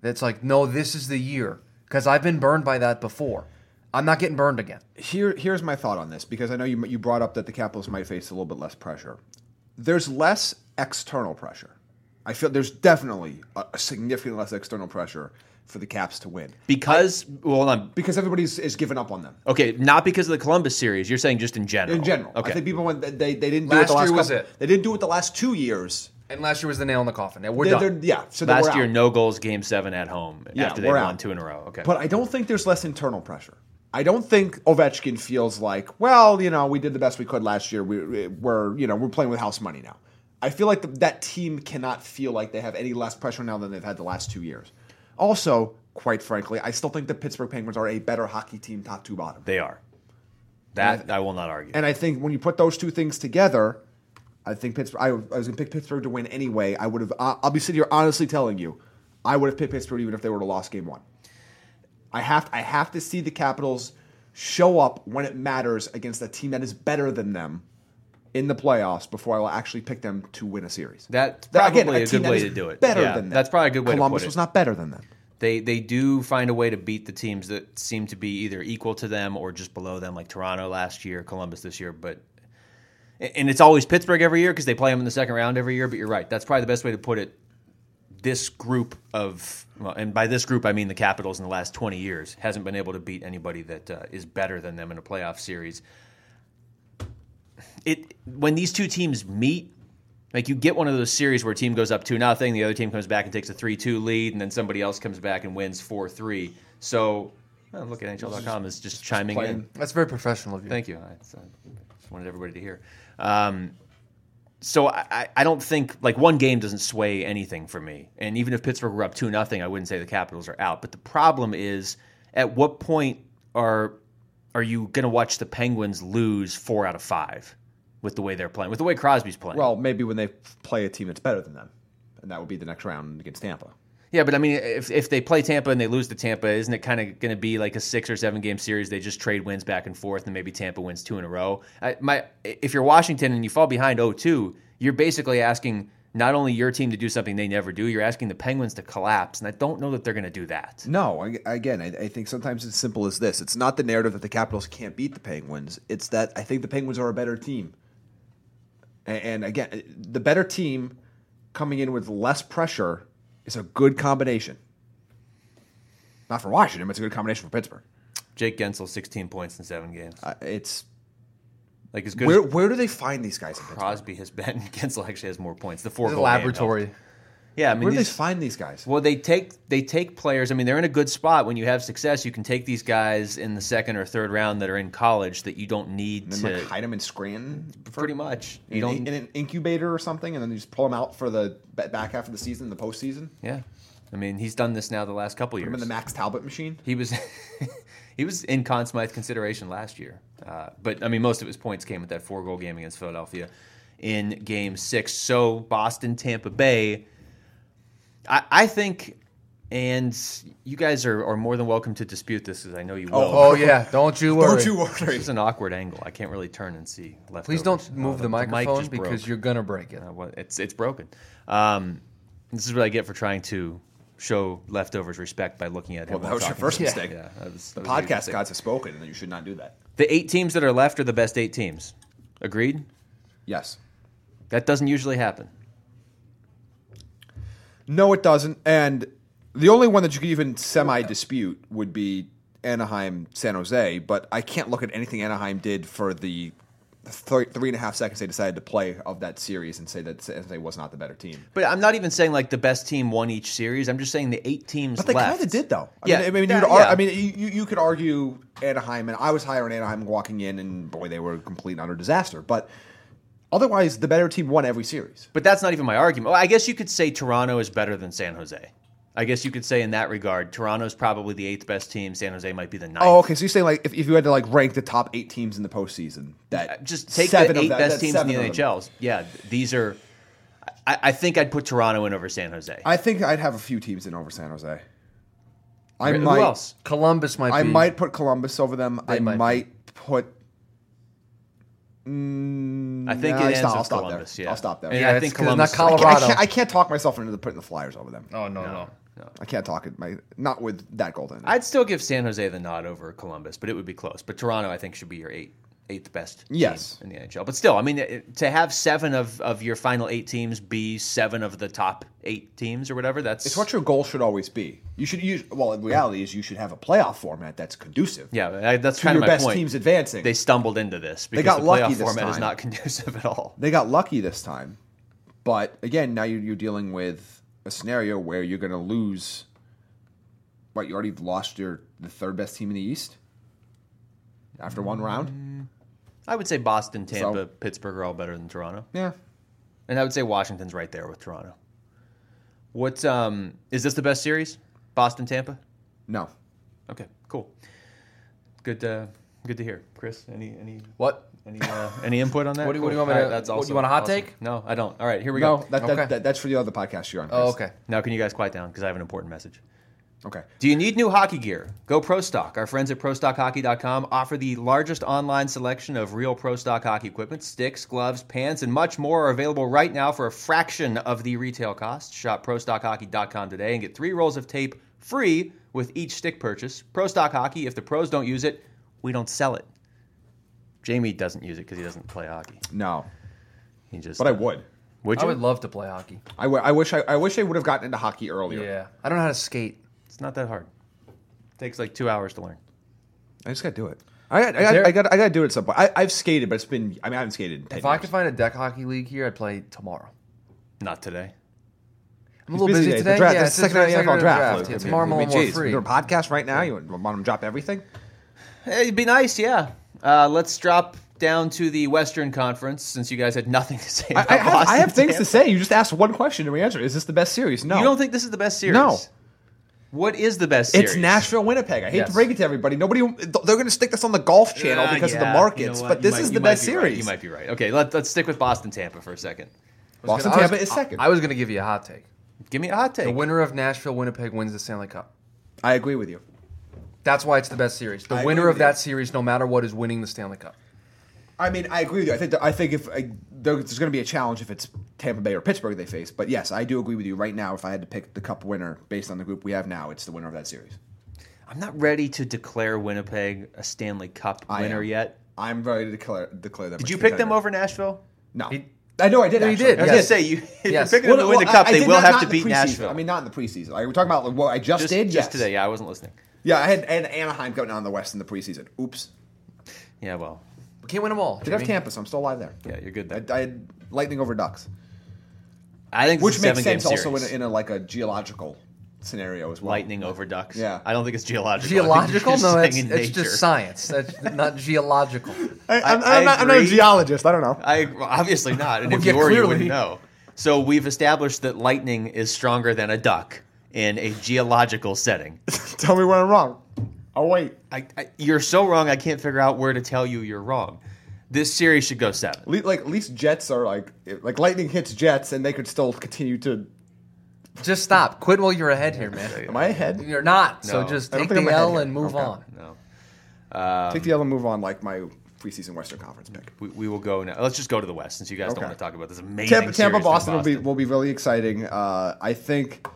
[SPEAKER 3] that's like, no, this is the year. Because I've been burned by that before. I'm not getting burned again.
[SPEAKER 2] Here, here's my thought on this because I know you you brought up that the Capitals might face a little bit less pressure. There's less external pressure. I feel there's definitely a, a significant less external pressure for the Caps to win
[SPEAKER 1] Because well hold on.
[SPEAKER 2] because everybody's is given up on them
[SPEAKER 1] Okay, not because of the Columbus series. You're saying just in general.
[SPEAKER 2] in general.
[SPEAKER 1] Okay.
[SPEAKER 2] I think people went they, they didn't do
[SPEAKER 3] Oh, Last
[SPEAKER 2] it the last
[SPEAKER 3] year was
[SPEAKER 2] couple-
[SPEAKER 3] it.
[SPEAKER 2] they didn't do it the last two years.
[SPEAKER 3] And last year was the nail in the coffin. Now we're
[SPEAKER 2] They're-
[SPEAKER 3] done.
[SPEAKER 2] they're- yeah, so they
[SPEAKER 1] Last
[SPEAKER 2] were
[SPEAKER 1] year,
[SPEAKER 2] out.
[SPEAKER 1] no goals, game seven at home
[SPEAKER 2] Yeah,
[SPEAKER 1] after they
[SPEAKER 2] we're
[SPEAKER 1] won
[SPEAKER 2] out.
[SPEAKER 1] two in a row. Okay.
[SPEAKER 2] But I don't think there's less internal pressure. I don't think Ovechkin feels like, well, you know, we did the best we could last year. We, we're, you know, we're playing with house money now. I feel like the, that team cannot feel like they have any less pressure now than they've had the last two years. Also, quite frankly, I still think the Pittsburgh Penguins are a better hockey team, top to bottom.
[SPEAKER 1] they are. That I will not argue.
[SPEAKER 2] And I think when you put those two things together, I think Pittsburgh. I, I was going to pick Pittsburgh to win anyway. I would have. I- I'll be sitting here honestly telling you, I would have picked Pittsburgh even if they would have lost game one. I have. I have to see the Capitals show up when it matters against a team that is better than them in the playoffs before I will actually pick them to win a series.
[SPEAKER 1] That's
[SPEAKER 2] That-
[SPEAKER 1] probably
[SPEAKER 2] a
[SPEAKER 1] a
[SPEAKER 2] team
[SPEAKER 1] good
[SPEAKER 2] that
[SPEAKER 1] way
[SPEAKER 2] is
[SPEAKER 1] to do it.
[SPEAKER 2] Better
[SPEAKER 1] Yeah,
[SPEAKER 2] than them.
[SPEAKER 1] that's probably a good way to
[SPEAKER 2] Columbus
[SPEAKER 1] put it.
[SPEAKER 2] was not better than them.
[SPEAKER 1] they they do find a way to beat the teams that seem to be either equal to them or just below them, like Toronto last year, Columbus this year. But and it's always Pittsburgh every year because they play them in the second round every year. But you're right; that's probably the best way to put it. This group of well, and by this group I mean the Capitals in the last 20 years hasn't been able to beat anybody that uh, is better than them in a playoff series. It when these two teams meet, like you get one of those series where a team goes up two nothing, the other team comes back and takes a three two lead, and then somebody else comes back and wins four three. So oh, look at NHL.com is just chiming in.
[SPEAKER 2] playing.
[SPEAKER 3] That's very professional of you.
[SPEAKER 1] Thank you. I it's, uh, just wanted everybody to hear. Um, so I, I- I don't think like one game doesn't sway anything for me. And even if Pittsburgh were up two nothing, I wouldn't say the Capitals are out. But the problem is, at what point are are you going to watch the Penguins lose four out of five with the way they're playing, with the way Crosby's playing?
[SPEAKER 2] Well, maybe when they play a team that's better than them, and that would be the next round against Tampa.
[SPEAKER 1] Yeah, but I mean, if, if they play Tampa and they lose to Tampa, isn't it kind of going to be like a six or seven game series? They just trade wins back and forth, and maybe Tampa wins two in a row. I, my, if you're Washington and you fall behind 0-2, you're basically asking not only your team to do something they never do, you're asking the Penguins to collapse, and I don't know that they're going to do that.
[SPEAKER 2] No, I, again, I, I think sometimes it's simple as this. It's not the narrative that the Capitals can't beat the Penguins. It's that I think the Penguins are a better team. A- And, again, uh, the better team coming in with less pressure is a good combination. Not for Washington, but it's a good combination for Pittsburgh.
[SPEAKER 1] Jake Gensel, 16 points in seven games,
[SPEAKER 2] Uh, it's
[SPEAKER 1] like as good
[SPEAKER 2] where
[SPEAKER 1] as
[SPEAKER 2] where do they find these guys? In Pittsburgh?
[SPEAKER 1] Crosby has been. Gensel actually has more points. The four
[SPEAKER 3] This is a
[SPEAKER 1] goal hand
[SPEAKER 3] laboratory.
[SPEAKER 1] helped. Yeah, I mean,
[SPEAKER 2] Where do they
[SPEAKER 1] these-
[SPEAKER 2] find these guys?
[SPEAKER 1] Well, they take they take players. I mean, they're in a good spot. When you have success, you can take these guys in the second or third round that are in college that you don't need
[SPEAKER 2] And then like
[SPEAKER 1] to.
[SPEAKER 2] hide them in Scranton,
[SPEAKER 1] Pretty much, you
[SPEAKER 2] in,
[SPEAKER 1] don't.
[SPEAKER 2] in an incubator or something, and then you just pull them out for the ba- back half of the season, the postseason.
[SPEAKER 1] Yeah, I mean, he's done this now the last couple
[SPEAKER 2] Put them in
[SPEAKER 1] years.
[SPEAKER 2] the Max Talbot machine.
[SPEAKER 1] He was he was in Conn Smythe consideration last year, uh, but I mean, most of his points came with that four goal game against Philadelphia in Game Six. So Boston, Tampa Bay. I, I think, and you guys are, are more than welcome to dispute this because I know you will.
[SPEAKER 3] Oh, yeah. Don't you worry.
[SPEAKER 2] Don't you worry.
[SPEAKER 1] It's an awkward angle. I can't really turn and see Uh, left.
[SPEAKER 3] Please don't move the, microphone because you're going to break it.
[SPEAKER 1] Uh, it's it's broken. Um, this is what I get for trying to show leftovers respect by looking at him.
[SPEAKER 2] Well, that
[SPEAKER 1] while
[SPEAKER 2] was your
[SPEAKER 1] talking.
[SPEAKER 2] first
[SPEAKER 3] Yeah.
[SPEAKER 2] mistake.
[SPEAKER 1] Yeah, that was,
[SPEAKER 2] The
[SPEAKER 1] that was a big
[SPEAKER 2] podcast
[SPEAKER 1] mistake.
[SPEAKER 2] gods have spoken, and you should not do that.
[SPEAKER 1] The eight teams that are left are the best eight teams. Agreed.
[SPEAKER 2] Yes.
[SPEAKER 1] That doesn't usually happen.
[SPEAKER 2] No, it doesn't. And the only one that you could even semi dispute would be Anaheim San Jose, but I can't look at anything Anaheim did for the three, three and a half seconds they decided to play of that series and say that San Jose was not the better team.
[SPEAKER 1] But I'm not even saying like the best team won each series. I'm just saying the eight teams
[SPEAKER 2] But they
[SPEAKER 1] left.
[SPEAKER 2] kind of did though. I
[SPEAKER 1] Yeah,
[SPEAKER 2] mean, I mean,
[SPEAKER 1] yeah,
[SPEAKER 2] you'd ar-
[SPEAKER 1] yeah.
[SPEAKER 2] I mean, you, you you could argue Anaheim, and I was higher on Anaheim walking in, and boy, they were a complete and utter disaster. But otherwise, the better team won every series.
[SPEAKER 1] But that's not even my argument. Well, I guess you could say Toronto is better than San Jose. I guess you could say in that regard, Toronto's probably the eighth best team. San Jose might be the ninth.
[SPEAKER 2] Oh, okay. So you're saying like if, if you had to like rank the top eight teams in the postseason, that
[SPEAKER 1] Just take
[SPEAKER 2] seven
[SPEAKER 1] the
[SPEAKER 2] of
[SPEAKER 1] eight
[SPEAKER 2] them-
[SPEAKER 1] best
[SPEAKER 2] that
[SPEAKER 1] teams in the
[SPEAKER 2] seven of them-
[SPEAKER 1] NHLs. Yeah, th- these are. I, I think I'd put Toronto in over San Jose.
[SPEAKER 2] I think I'd have a few teams in over San Jose. I
[SPEAKER 1] Who
[SPEAKER 2] might.
[SPEAKER 1] else?
[SPEAKER 3] Columbus might.
[SPEAKER 2] I
[SPEAKER 3] be,
[SPEAKER 2] might put Columbus over them. I
[SPEAKER 3] might
[SPEAKER 2] might,
[SPEAKER 3] be.
[SPEAKER 2] put. mm,
[SPEAKER 1] I think it
[SPEAKER 2] Nah, I'll
[SPEAKER 1] ends
[SPEAKER 2] stop- I'll
[SPEAKER 1] with
[SPEAKER 2] stop there.
[SPEAKER 1] Columbus. Yeah,
[SPEAKER 2] I'll stop there.
[SPEAKER 1] And
[SPEAKER 3] Yeah,
[SPEAKER 1] I
[SPEAKER 3] it's
[SPEAKER 1] think
[SPEAKER 3] 'cause it's not
[SPEAKER 1] Columbus.
[SPEAKER 2] I
[SPEAKER 3] Colorado.
[SPEAKER 2] can't, I, can't, I can't talk myself into putting the Flyers over them.
[SPEAKER 3] Oh no, no.
[SPEAKER 2] I can't talk it. My not with that golden.
[SPEAKER 1] I'd still give San Jose the nod over Columbus, but it would be close. But Toronto, I think, should be your eight, eighth best team
[SPEAKER 2] Yes.
[SPEAKER 1] in the NHL. But still, I mean, it- to have seven of, of your final eight teams be seven of the top eight teams or whatever, that's
[SPEAKER 2] it's what your goal should always be. You should use. Well, in reality, is you should have a playoff format that's conducive.
[SPEAKER 1] yeah, I- that's
[SPEAKER 2] to
[SPEAKER 1] kind
[SPEAKER 2] your
[SPEAKER 1] of my
[SPEAKER 2] best
[SPEAKER 1] point.
[SPEAKER 2] teams advancing.
[SPEAKER 1] they stumbled into this because
[SPEAKER 2] got
[SPEAKER 1] the
[SPEAKER 2] lucky
[SPEAKER 1] playoff
[SPEAKER 2] this
[SPEAKER 1] format is
[SPEAKER 2] time.
[SPEAKER 1] not conducive at all.
[SPEAKER 2] they got lucky this time, but again, now you're, you're dealing with a scenario where you're going to lose. What you already lost your the third best team in the East after one
[SPEAKER 3] Mm.
[SPEAKER 2] round.
[SPEAKER 1] I would say Boston, Tampa,
[SPEAKER 2] So-
[SPEAKER 1] Pittsburgh are all better than Toronto,
[SPEAKER 2] Yeah,
[SPEAKER 1] and I would say Washington's right there with Toronto. What um, is this the best series? Boston, Tampa.
[SPEAKER 2] no.
[SPEAKER 1] Okay, cool. Good, uh, good to hear, Chris. Any any
[SPEAKER 3] What?
[SPEAKER 1] any uh, any input on that?
[SPEAKER 3] What do you- what do you want me
[SPEAKER 1] All
[SPEAKER 3] to-
[SPEAKER 1] that's
[SPEAKER 3] what,
[SPEAKER 1] awesome.
[SPEAKER 3] you want a hot
[SPEAKER 1] Awesome.
[SPEAKER 3] take?
[SPEAKER 1] No, I don't. All right, here we
[SPEAKER 2] No,
[SPEAKER 1] go.
[SPEAKER 2] that,
[SPEAKER 3] Okay.
[SPEAKER 2] that, that, that's for the other podcast you're on.
[SPEAKER 3] Oh,
[SPEAKER 2] Chris.
[SPEAKER 3] okay.
[SPEAKER 1] Now, can you guys quiet down because I have an important message.
[SPEAKER 2] Okay.
[SPEAKER 1] Do you need new hockey gear? Go Pro Stock. Our friends at ProStockHockey.com offer the largest online selection of real Pro Stock hockey equipment. Sticks, gloves, pants, and much more are available right now for a fraction of the retail cost. Shop ProStockHockey.com today and get three rolls of tape free with each stick purchase. Pro Stock Hockey, if the pros don't use it, we don't sell it. Jamie doesn't use it because he doesn't play hockey.
[SPEAKER 2] No,
[SPEAKER 1] He just.
[SPEAKER 2] but I would.
[SPEAKER 1] Would
[SPEAKER 3] I
[SPEAKER 1] you?
[SPEAKER 3] would love to play hockey.
[SPEAKER 2] I, w- I wish I, I wish I would have gotten into hockey earlier.
[SPEAKER 3] Yeah. I don't know how to skate.
[SPEAKER 1] It's not that hard. takes like two hours to learn.
[SPEAKER 2] I just gotta do it. I got I
[SPEAKER 3] There-
[SPEAKER 2] got I got I gotta do it at some point. I, I've skated, but it's been I mean I haven't skated in ten
[SPEAKER 3] If
[SPEAKER 2] years.
[SPEAKER 3] I could find a deck hockey league here, I'd play tomorrow.
[SPEAKER 1] Not today.
[SPEAKER 3] I'm a
[SPEAKER 2] He's
[SPEAKER 3] little busy,
[SPEAKER 2] today. It's the
[SPEAKER 3] today.
[SPEAKER 2] draft-
[SPEAKER 3] yeah,
[SPEAKER 2] it's
[SPEAKER 3] it's
[SPEAKER 2] the second round of the NFL draft. Luke.
[SPEAKER 3] Yeah,
[SPEAKER 2] I mean,
[SPEAKER 3] tomorrow
[SPEAKER 2] I
[SPEAKER 3] I'm
[SPEAKER 2] mean,
[SPEAKER 3] a little more
[SPEAKER 2] geez,
[SPEAKER 3] free.
[SPEAKER 2] You're a podcast right now. You want to drop everything?
[SPEAKER 1] It'd be nice, yeah. Uh, let's drop down to the Western Conference since you guys had nothing to say
[SPEAKER 2] I,
[SPEAKER 1] about
[SPEAKER 2] I have,
[SPEAKER 1] Boston.
[SPEAKER 2] I have things to say. You just asked one question and we answered. it. Is this the best series? No.
[SPEAKER 1] You don't think this is the best series?
[SPEAKER 2] No.
[SPEAKER 1] What is the best series?
[SPEAKER 2] it's Nashville, Winnipeg. I hate
[SPEAKER 3] Yes.
[SPEAKER 2] to break it to everybody. Nobody. They're going to stick this on the golf channel
[SPEAKER 1] Ah,
[SPEAKER 2] because of
[SPEAKER 1] yeah,
[SPEAKER 2] the markets.
[SPEAKER 1] you know what?
[SPEAKER 2] but
[SPEAKER 1] You
[SPEAKER 2] this
[SPEAKER 1] might-
[SPEAKER 2] is
[SPEAKER 1] you
[SPEAKER 2] the
[SPEAKER 1] might
[SPEAKER 2] best
[SPEAKER 1] be right.
[SPEAKER 2] series.
[SPEAKER 1] You might be right. Okay, let, let's stick with Boston Tampa for a second.
[SPEAKER 2] Boston,
[SPEAKER 3] I was-
[SPEAKER 2] Tampa is second.
[SPEAKER 3] I was going to give you a hot take.
[SPEAKER 1] Give me a hot take.
[SPEAKER 3] The winner of Nashville Winnipeg wins the Stanley Cup.
[SPEAKER 2] I agree with you.
[SPEAKER 3] That's why it's the best series. The
[SPEAKER 2] I
[SPEAKER 3] winner
[SPEAKER 2] agree
[SPEAKER 3] of
[SPEAKER 2] with
[SPEAKER 3] that
[SPEAKER 2] you.
[SPEAKER 3] series, no matter what, is winning the Stanley Cup.
[SPEAKER 2] I mean, I agree with you. I think that, I think if I, there's going to be a challenge if it's Tampa Bay or Pittsburgh they face. But yes, I do agree with you. Right now, if I had to pick the Cup winner based on the group we have now, it's the winner of that series.
[SPEAKER 1] I'm not ready to declare Winnipeg a Stanley Cup
[SPEAKER 2] I
[SPEAKER 1] winner
[SPEAKER 2] am.
[SPEAKER 1] yet.
[SPEAKER 2] I'm ready to declare declare them.
[SPEAKER 1] Did
[SPEAKER 2] a
[SPEAKER 1] you pick
[SPEAKER 2] contender.
[SPEAKER 1] them over Nashville?
[SPEAKER 2] No,
[SPEAKER 3] He-
[SPEAKER 2] I know I did.
[SPEAKER 3] No, you
[SPEAKER 2] actually.
[SPEAKER 3] did.
[SPEAKER 1] I was
[SPEAKER 3] Yes.
[SPEAKER 1] gonna say you. If
[SPEAKER 3] Yes.
[SPEAKER 1] you're picking them to win the cup,
[SPEAKER 2] I- I
[SPEAKER 1] they
[SPEAKER 2] did
[SPEAKER 1] will
[SPEAKER 2] not-
[SPEAKER 1] have
[SPEAKER 2] not
[SPEAKER 1] to
[SPEAKER 2] in the
[SPEAKER 1] beat
[SPEAKER 2] preseason.
[SPEAKER 1] Nashville.
[SPEAKER 2] I mean, not in the preseason. Like, we're talking about like, what I just,
[SPEAKER 1] just,
[SPEAKER 2] did.
[SPEAKER 1] just
[SPEAKER 2] yes.
[SPEAKER 1] today. Yeah, I wasn't listening.
[SPEAKER 2] Yeah, I had, I had Anaheim going on the West in the preseason. Oops.
[SPEAKER 1] Yeah, well,
[SPEAKER 3] We can't win them all.
[SPEAKER 2] Did have
[SPEAKER 3] Jimmy.
[SPEAKER 2] campus. I'm still alive there.
[SPEAKER 1] yeah, you're good
[SPEAKER 2] I,
[SPEAKER 1] then.
[SPEAKER 2] I had Lightning over Ducks,
[SPEAKER 1] I think
[SPEAKER 2] which
[SPEAKER 1] this
[SPEAKER 2] makes
[SPEAKER 1] is a seven
[SPEAKER 2] sense also in a,
[SPEAKER 1] series.
[SPEAKER 2] in a like a geological scenario as well.
[SPEAKER 1] lightning over ducks.
[SPEAKER 2] Yeah.
[SPEAKER 1] I don't think it's geological. I think
[SPEAKER 3] Geological?
[SPEAKER 1] you're
[SPEAKER 3] No, that's,
[SPEAKER 1] saying
[SPEAKER 3] it's
[SPEAKER 1] nature.
[SPEAKER 3] just science. That's not geological.
[SPEAKER 2] I,
[SPEAKER 1] I'm- I I'm not- I'm not a agree.
[SPEAKER 2] geologist. I don't know.
[SPEAKER 1] I well, obviously not, and if
[SPEAKER 3] yeah,
[SPEAKER 1] you were, you
[SPEAKER 3] clearly.
[SPEAKER 1] wouldn't know. So we've established that lightning is stronger than a duck in a geological setting.
[SPEAKER 2] Tell me where I'm wrong. Oh wait,
[SPEAKER 1] I, I, you're so wrong. I can't figure out where to tell you you're wrong. This series should go seven.
[SPEAKER 2] Le- like at least Jets are like like Lightning hits Jets and they could still continue to.
[SPEAKER 3] Just stop. Quit while you're ahead here, man.
[SPEAKER 2] Am I ahead?
[SPEAKER 3] You're not. So
[SPEAKER 1] No.
[SPEAKER 3] just
[SPEAKER 2] I don't
[SPEAKER 3] take
[SPEAKER 2] think
[SPEAKER 3] the
[SPEAKER 2] I'm ahead
[SPEAKER 3] L
[SPEAKER 2] here.
[SPEAKER 3] and move
[SPEAKER 2] Okay.
[SPEAKER 3] on.
[SPEAKER 1] No, Um,
[SPEAKER 2] Take the other move on like my preseason Western Conference pick.
[SPEAKER 1] we, we will go now. Let's just go to the West since you guys
[SPEAKER 2] Okay.
[SPEAKER 1] don't want to talk about this amazing
[SPEAKER 2] Tampa,
[SPEAKER 1] series
[SPEAKER 2] Tampa
[SPEAKER 1] from
[SPEAKER 2] Boston, will be will be really exciting. Uh, I think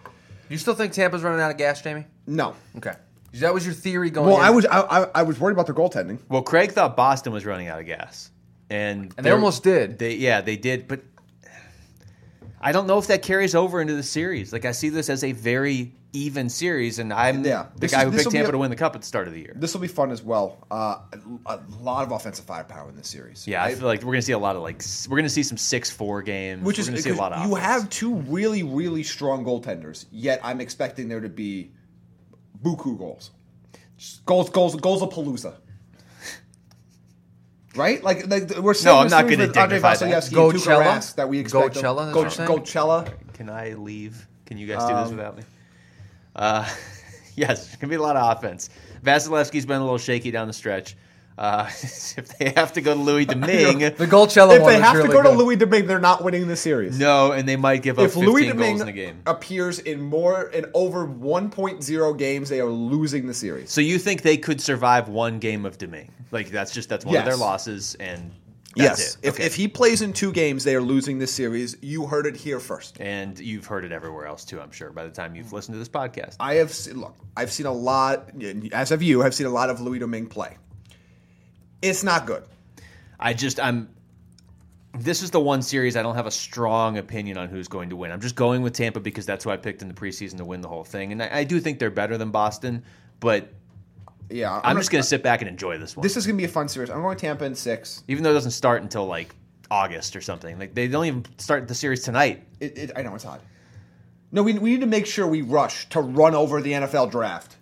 [SPEAKER 3] You still think Tampa's running out of gas, Jamie?
[SPEAKER 2] no.
[SPEAKER 3] Okay. That was your theory
[SPEAKER 1] Oh,
[SPEAKER 3] going
[SPEAKER 2] Well,
[SPEAKER 3] in.
[SPEAKER 2] I was I, I, I was worried about their goaltending.
[SPEAKER 1] Well, Craig thought Boston was running out of gas, and
[SPEAKER 3] And they almost did.
[SPEAKER 1] They yeah, they did, but I don't know if that carries over into the series. Like I see this as a very even series, and I'm
[SPEAKER 2] Yeah.
[SPEAKER 1] the
[SPEAKER 2] This
[SPEAKER 1] guy
[SPEAKER 2] is-
[SPEAKER 1] who
[SPEAKER 2] this
[SPEAKER 1] picked
[SPEAKER 2] will be
[SPEAKER 1] Tampa
[SPEAKER 2] a-
[SPEAKER 1] to win the cup at the start of the year.
[SPEAKER 2] This will be fun as well. Uh, a lot of offensive firepower in this series.
[SPEAKER 1] Yeah, I, feel like we're gonna see a lot of like s- we're gonna see some six four games,
[SPEAKER 2] which
[SPEAKER 1] we're
[SPEAKER 2] is
[SPEAKER 1] gonna see a lot of
[SPEAKER 2] you
[SPEAKER 1] offense.
[SPEAKER 2] have two really really strong goaltenders. Yet I'm expecting there to be buku goals, Just goals goals goals of palooza. Right, like, like we're seeing
[SPEAKER 1] I'm
[SPEAKER 2] this
[SPEAKER 1] not
[SPEAKER 2] series
[SPEAKER 1] gonna
[SPEAKER 2] with Andre
[SPEAKER 1] dignify that.
[SPEAKER 2] Vasilevsky and Tuukka
[SPEAKER 3] Coachella?
[SPEAKER 2] Rask that we expect.
[SPEAKER 3] Coachella,
[SPEAKER 2] Go-
[SPEAKER 3] is what you're saying?
[SPEAKER 2] Coachella.
[SPEAKER 1] Can I leave? Can you guys do
[SPEAKER 2] Um,
[SPEAKER 1] this without me? Uh, yes, it's gonna be a lot of offense. Vasilevsky's been a little shaky down the stretch. Uh, if they have to go to Louis Domingue,
[SPEAKER 3] The Golchella
[SPEAKER 2] If
[SPEAKER 3] one
[SPEAKER 2] they
[SPEAKER 3] was
[SPEAKER 2] have
[SPEAKER 3] really
[SPEAKER 2] to go to
[SPEAKER 3] good.
[SPEAKER 2] Louis Domingue, they're not winning this series.
[SPEAKER 1] no, and they might give up
[SPEAKER 2] if
[SPEAKER 1] 15
[SPEAKER 2] Louis
[SPEAKER 1] goals in the
[SPEAKER 2] Domingue
[SPEAKER 1] game.
[SPEAKER 2] appears in more in over 1.0 games, they are losing the series.
[SPEAKER 1] So you think they could survive one game of Domingue? Like that's just that's one of
[SPEAKER 2] Yes.
[SPEAKER 1] their losses, and that's it.
[SPEAKER 2] If, if he plays in two games, they are losing this series. You heard it here first.
[SPEAKER 1] and you've heard it everywhere else too, I'm sure. By the time you've listened to this podcast,
[SPEAKER 2] I have seen, look. I've seen a lot, as have you. I've seen a lot of Louis Domingue play. It's not good.
[SPEAKER 1] I just I'm. This is the one series I don't have a strong opinion on who's going to win. I'm just going with Tampa because that's who I picked in the preseason to win the whole thing, and I, I do think they're better than Boston, but
[SPEAKER 2] Yeah,
[SPEAKER 1] I'm, just going to sit back and enjoy this one.
[SPEAKER 2] This is gonna be a fun series. I'm going Tampa in six.
[SPEAKER 1] even though it doesn't start until like August or something. Like they don't even start the series tonight.
[SPEAKER 2] It, it, I know it's hot. No, we, we need to make sure we rush to run over the NFL draft,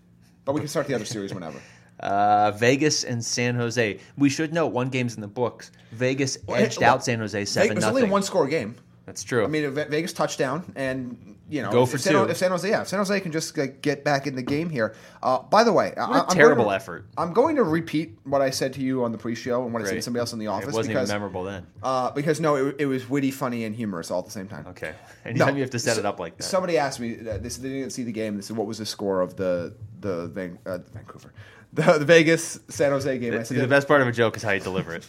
[SPEAKER 2] but we can start the other series whenever.
[SPEAKER 1] Uh, Vegas and San Jose. We should note one game's in the books. Vegas edged
[SPEAKER 2] Well,
[SPEAKER 1] out San Jose
[SPEAKER 2] Ve-
[SPEAKER 1] seven
[SPEAKER 2] It's only a
[SPEAKER 1] nothing.
[SPEAKER 2] one score game.
[SPEAKER 1] That's true.
[SPEAKER 2] I mean, if Ve- Vegas touchdown, and you know,
[SPEAKER 1] Go
[SPEAKER 2] if,
[SPEAKER 1] for
[SPEAKER 2] San,
[SPEAKER 1] two.
[SPEAKER 2] if San Jose, yeah, if San Jose can just like, get back in the game here. Uh, by the way, I- I'm
[SPEAKER 1] what a
[SPEAKER 2] going to-
[SPEAKER 1] terrible effort.
[SPEAKER 2] I'm going to repeat what I said to you on the pre-show and what I said to
[SPEAKER 1] Right.
[SPEAKER 2] somebody else in the office
[SPEAKER 1] It wasn't
[SPEAKER 2] because
[SPEAKER 1] even memorable then.
[SPEAKER 2] uh, because no, it, it was witty, funny, and humorous all at the same time.
[SPEAKER 1] Okay.
[SPEAKER 2] No,
[SPEAKER 1] Anytime you have to set
[SPEAKER 2] so-
[SPEAKER 1] it up like that.
[SPEAKER 2] Somebody asked me uh, this. They didn't see the game. This is what was the score of the the Van, uh, Vancouver, the, the Vegas San Jose game. I
[SPEAKER 1] the,
[SPEAKER 2] said
[SPEAKER 1] the best part of a joke is how you deliver it.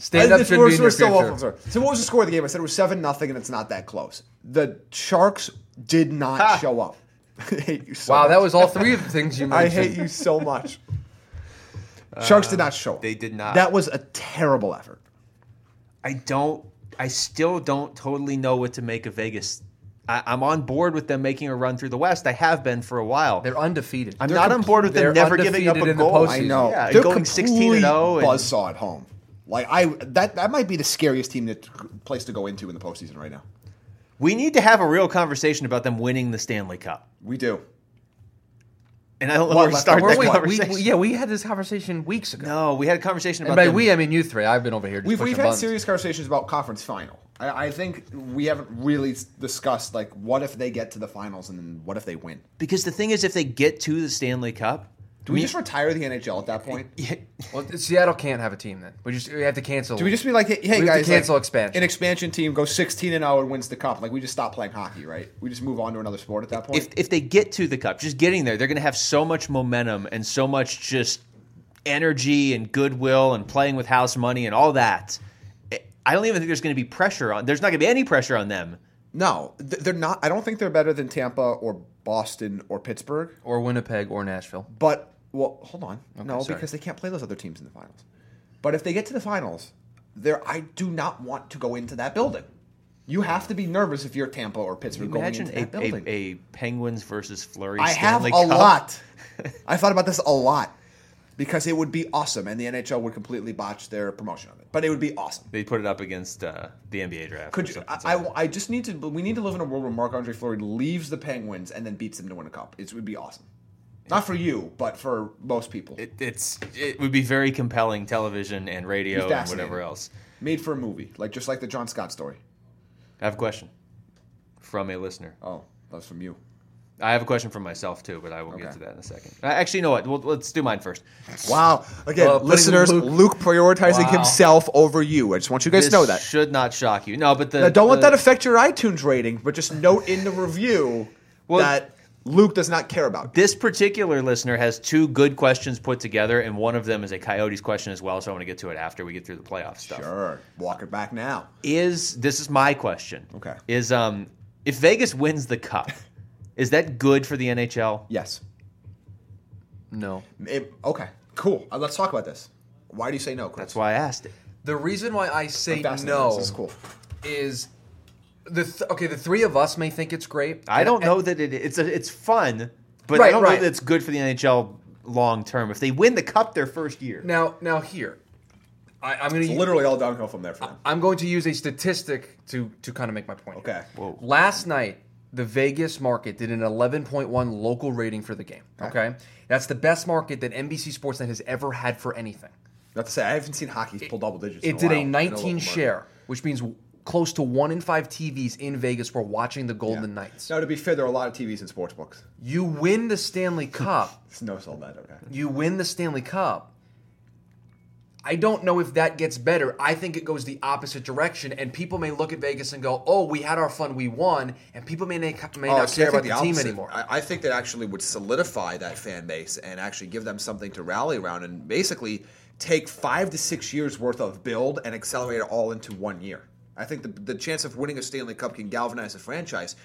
[SPEAKER 3] Stand
[SPEAKER 2] And
[SPEAKER 3] up
[SPEAKER 2] this
[SPEAKER 3] should
[SPEAKER 2] we're-
[SPEAKER 3] be in
[SPEAKER 2] we're
[SPEAKER 3] your
[SPEAKER 2] still
[SPEAKER 3] future.
[SPEAKER 2] awful, sorry. So what was the score of the game? I said it was seven nothing, and it's not that close. The Sharks did not
[SPEAKER 1] Ha!
[SPEAKER 2] show up. I hate you so
[SPEAKER 3] Wow,
[SPEAKER 2] much.
[SPEAKER 3] that was all three of the things you
[SPEAKER 2] I
[SPEAKER 3] mentioned.
[SPEAKER 2] hate you so much. Sharks did not show up.
[SPEAKER 1] they did not.
[SPEAKER 2] That was a terrible effort.
[SPEAKER 1] I don't. I still don't totally know what to make of Vegas. I, I'm on board with them making a run through the West. I have been for a while.
[SPEAKER 3] They're undefeated.
[SPEAKER 1] I'm not on board with them
[SPEAKER 3] they're
[SPEAKER 1] never giving up a
[SPEAKER 3] undefeated in the
[SPEAKER 1] goal.
[SPEAKER 3] postseason.
[SPEAKER 2] I know.
[SPEAKER 1] Yeah, and
[SPEAKER 2] They're
[SPEAKER 1] going 16 and 0 and-
[SPEAKER 2] buzzsaw at home. Like I that that might be the scariest team that place to go into in the postseason right now.
[SPEAKER 1] We need to have a real conversation about them winning the Stanley Cup.
[SPEAKER 2] We do.
[SPEAKER 1] And I don't know
[SPEAKER 2] Well,
[SPEAKER 1] where to
[SPEAKER 2] let's-
[SPEAKER 1] start
[SPEAKER 2] we're-
[SPEAKER 1] that
[SPEAKER 3] Weren't we- we-
[SPEAKER 1] conversation.
[SPEAKER 3] we- yeah, we had this conversation weeks ago.
[SPEAKER 1] No, we had a conversation about
[SPEAKER 3] and by
[SPEAKER 1] them-
[SPEAKER 3] we, I mean you three. I've been over here. Just
[SPEAKER 2] We've
[SPEAKER 3] pushing
[SPEAKER 2] we've had
[SPEAKER 3] buttons.
[SPEAKER 2] serious conversations about conference final. I, I think we haven't really s- discussed like what if they get to the finals and then what if they win.
[SPEAKER 1] because the thing is, if they get to the Stanley Cup,
[SPEAKER 2] Do we just retire the NHL at that point?
[SPEAKER 3] Well, Seattle can't have a team then. We just we have to cancel.
[SPEAKER 2] Do we just be like, hey, hey
[SPEAKER 3] We have to
[SPEAKER 2] guys, like,
[SPEAKER 3] cancel expansion.
[SPEAKER 2] An expansion team goes sixteen and zero and wins the cup. Like we just stop playing hockey, right? We just move on to another sport at that point.
[SPEAKER 1] if if they get to the cup, just getting there, they're going to have so much momentum and so much just energy and goodwill and playing with house money and all that. I- I don't even think there's going to be pressure on. There's not going to be any pressure on them.
[SPEAKER 2] no, th- they're not. I don't think they're better than Tampa or Boston or Pittsburgh.
[SPEAKER 3] or Winnipeg or Nashville?
[SPEAKER 2] But well, hold on. no,
[SPEAKER 3] sorry.
[SPEAKER 2] because they can't play those other teams in the finals. But if they get to the finals, there I do not want to go into that building. You have to be nervous if you're Tampa or Pittsburgh
[SPEAKER 1] Imagine
[SPEAKER 2] going
[SPEAKER 1] a,
[SPEAKER 2] into that building.
[SPEAKER 1] a, a Penguins versus Flurry.
[SPEAKER 2] I have
[SPEAKER 1] Stanley
[SPEAKER 2] a
[SPEAKER 1] Cup.
[SPEAKER 2] lot. I thought about this a lot because it would be awesome, and the NHL would completely botch their promotion of it. But it would be awesome.
[SPEAKER 1] They put it up against uh, the NBA draft. or
[SPEAKER 2] Could you,
[SPEAKER 1] something,
[SPEAKER 2] I,
[SPEAKER 1] so-
[SPEAKER 2] I, I just need to. We need to live in a world where Marc Andre Fleury leaves the Penguins and then beats them to win a cup. It would be awesome. Not for you, but for most people.
[SPEAKER 1] it, it's it would be very compelling television and radio and
[SPEAKER 2] fascinating.
[SPEAKER 1] whatever else.
[SPEAKER 2] Made for a movie, like just like the John Scott story.
[SPEAKER 1] I have a question from a listener.
[SPEAKER 2] Oh, that was from you.
[SPEAKER 1] I have a question from myself too, but I will get
[SPEAKER 2] Okay.
[SPEAKER 1] to that in a second. Uh, Actually, you know what? Well, let's do mine first.
[SPEAKER 2] Wow. Again,
[SPEAKER 3] Uh, putting
[SPEAKER 2] listeners, Luke,
[SPEAKER 3] Luke-
[SPEAKER 2] prioritizing
[SPEAKER 3] Wow.
[SPEAKER 2] himself over you. I just want you guys
[SPEAKER 1] This
[SPEAKER 2] to know that.
[SPEAKER 1] should not shock you. No, but the
[SPEAKER 2] Now, don't let
[SPEAKER 1] the-
[SPEAKER 2] that affect your iTunes rating, but just note in the review
[SPEAKER 1] Well-
[SPEAKER 2] that Luke does not care about.
[SPEAKER 1] This particular listener has two good questions put together, and one of them is a Coyotes question as well. So I'm going to get to it after we get through the playoff stuff.
[SPEAKER 2] Sure. Walk it back now.
[SPEAKER 1] Is this is my question?
[SPEAKER 2] Okay.
[SPEAKER 1] Is um if Vegas wins the cup, is that good for the NHL?
[SPEAKER 2] Yes.
[SPEAKER 3] No.
[SPEAKER 2] It- okay. Cool. Uh, let's talk about this. Why do you say no, Chris?
[SPEAKER 1] That's why I asked it.
[SPEAKER 3] The reason why I say
[SPEAKER 2] I'm fascinated.
[SPEAKER 3] no
[SPEAKER 2] This is cool.
[SPEAKER 3] is the th- okay, the three of us may think it's great.
[SPEAKER 1] I
[SPEAKER 3] and-
[SPEAKER 1] don't
[SPEAKER 3] and-
[SPEAKER 1] know that it, it's a, it's fun, but I
[SPEAKER 3] Right,
[SPEAKER 1] don't know
[SPEAKER 3] right.
[SPEAKER 1] that it's good for the NHL long term. If they win the cup their first year,
[SPEAKER 3] Now, now here, I, I'm going to
[SPEAKER 2] Literally all downhill from there for them.
[SPEAKER 3] I'm going to use a statistic to to kind of make my point. here.
[SPEAKER 2] Okay. Whoa.
[SPEAKER 3] Last night, the Vegas market did an 11.1 local rating for the game. Okay, that's the best market that NBC Sportsnet has ever had for anything.
[SPEAKER 2] Not to say I haven't seen hockey pull double digits. in
[SPEAKER 3] It did
[SPEAKER 2] while
[SPEAKER 3] a
[SPEAKER 2] in local
[SPEAKER 3] 19
[SPEAKER 2] market.
[SPEAKER 3] share, which means w- close to one in five TVs in Vegas were watching the
[SPEAKER 2] Yeah.
[SPEAKER 3] Golden Knights.
[SPEAKER 2] Now, to be fair, there are a lot of TVs and sports books.
[SPEAKER 3] You win the Stanley Cup.
[SPEAKER 2] Snow sold that. Okay.
[SPEAKER 3] you win the Stanley Cup. I don't know if that gets better. I think it goes the opposite direction, and people may look at Vegas and go, "Oh, we had our fun, we won," and people may, na- may
[SPEAKER 2] Oh,
[SPEAKER 3] not
[SPEAKER 2] see, I
[SPEAKER 3] care about
[SPEAKER 2] think
[SPEAKER 3] the,
[SPEAKER 2] the
[SPEAKER 3] team
[SPEAKER 2] opposite.
[SPEAKER 3] anymore.
[SPEAKER 4] I, I think that actually would solidify that fan base and actually give them something to rally around and basically take five to six years worth of build and accelerate it all into one year. I think the, the chance of winning a Stanley Cup can galvanize a franchise.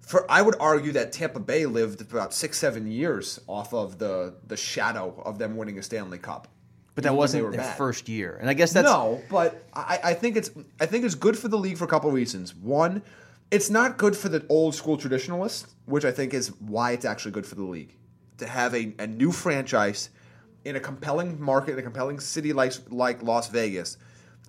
[SPEAKER 4] For I would argue that Tampa Bay lived about six, seven years off of the the shadow of them winning a Stanley Cup.
[SPEAKER 1] but that
[SPEAKER 4] they
[SPEAKER 1] wasn't
[SPEAKER 4] were
[SPEAKER 1] their
[SPEAKER 4] bad.
[SPEAKER 1] first year. And I guess that's
[SPEAKER 4] no, but
[SPEAKER 2] I, I think it's I think it's good for the league for a couple reasons. One, it's not good for the old school traditionalists, which I think is why it's actually good for the league to have a, a new franchise in a compelling market, in a compelling city like like Las Vegas,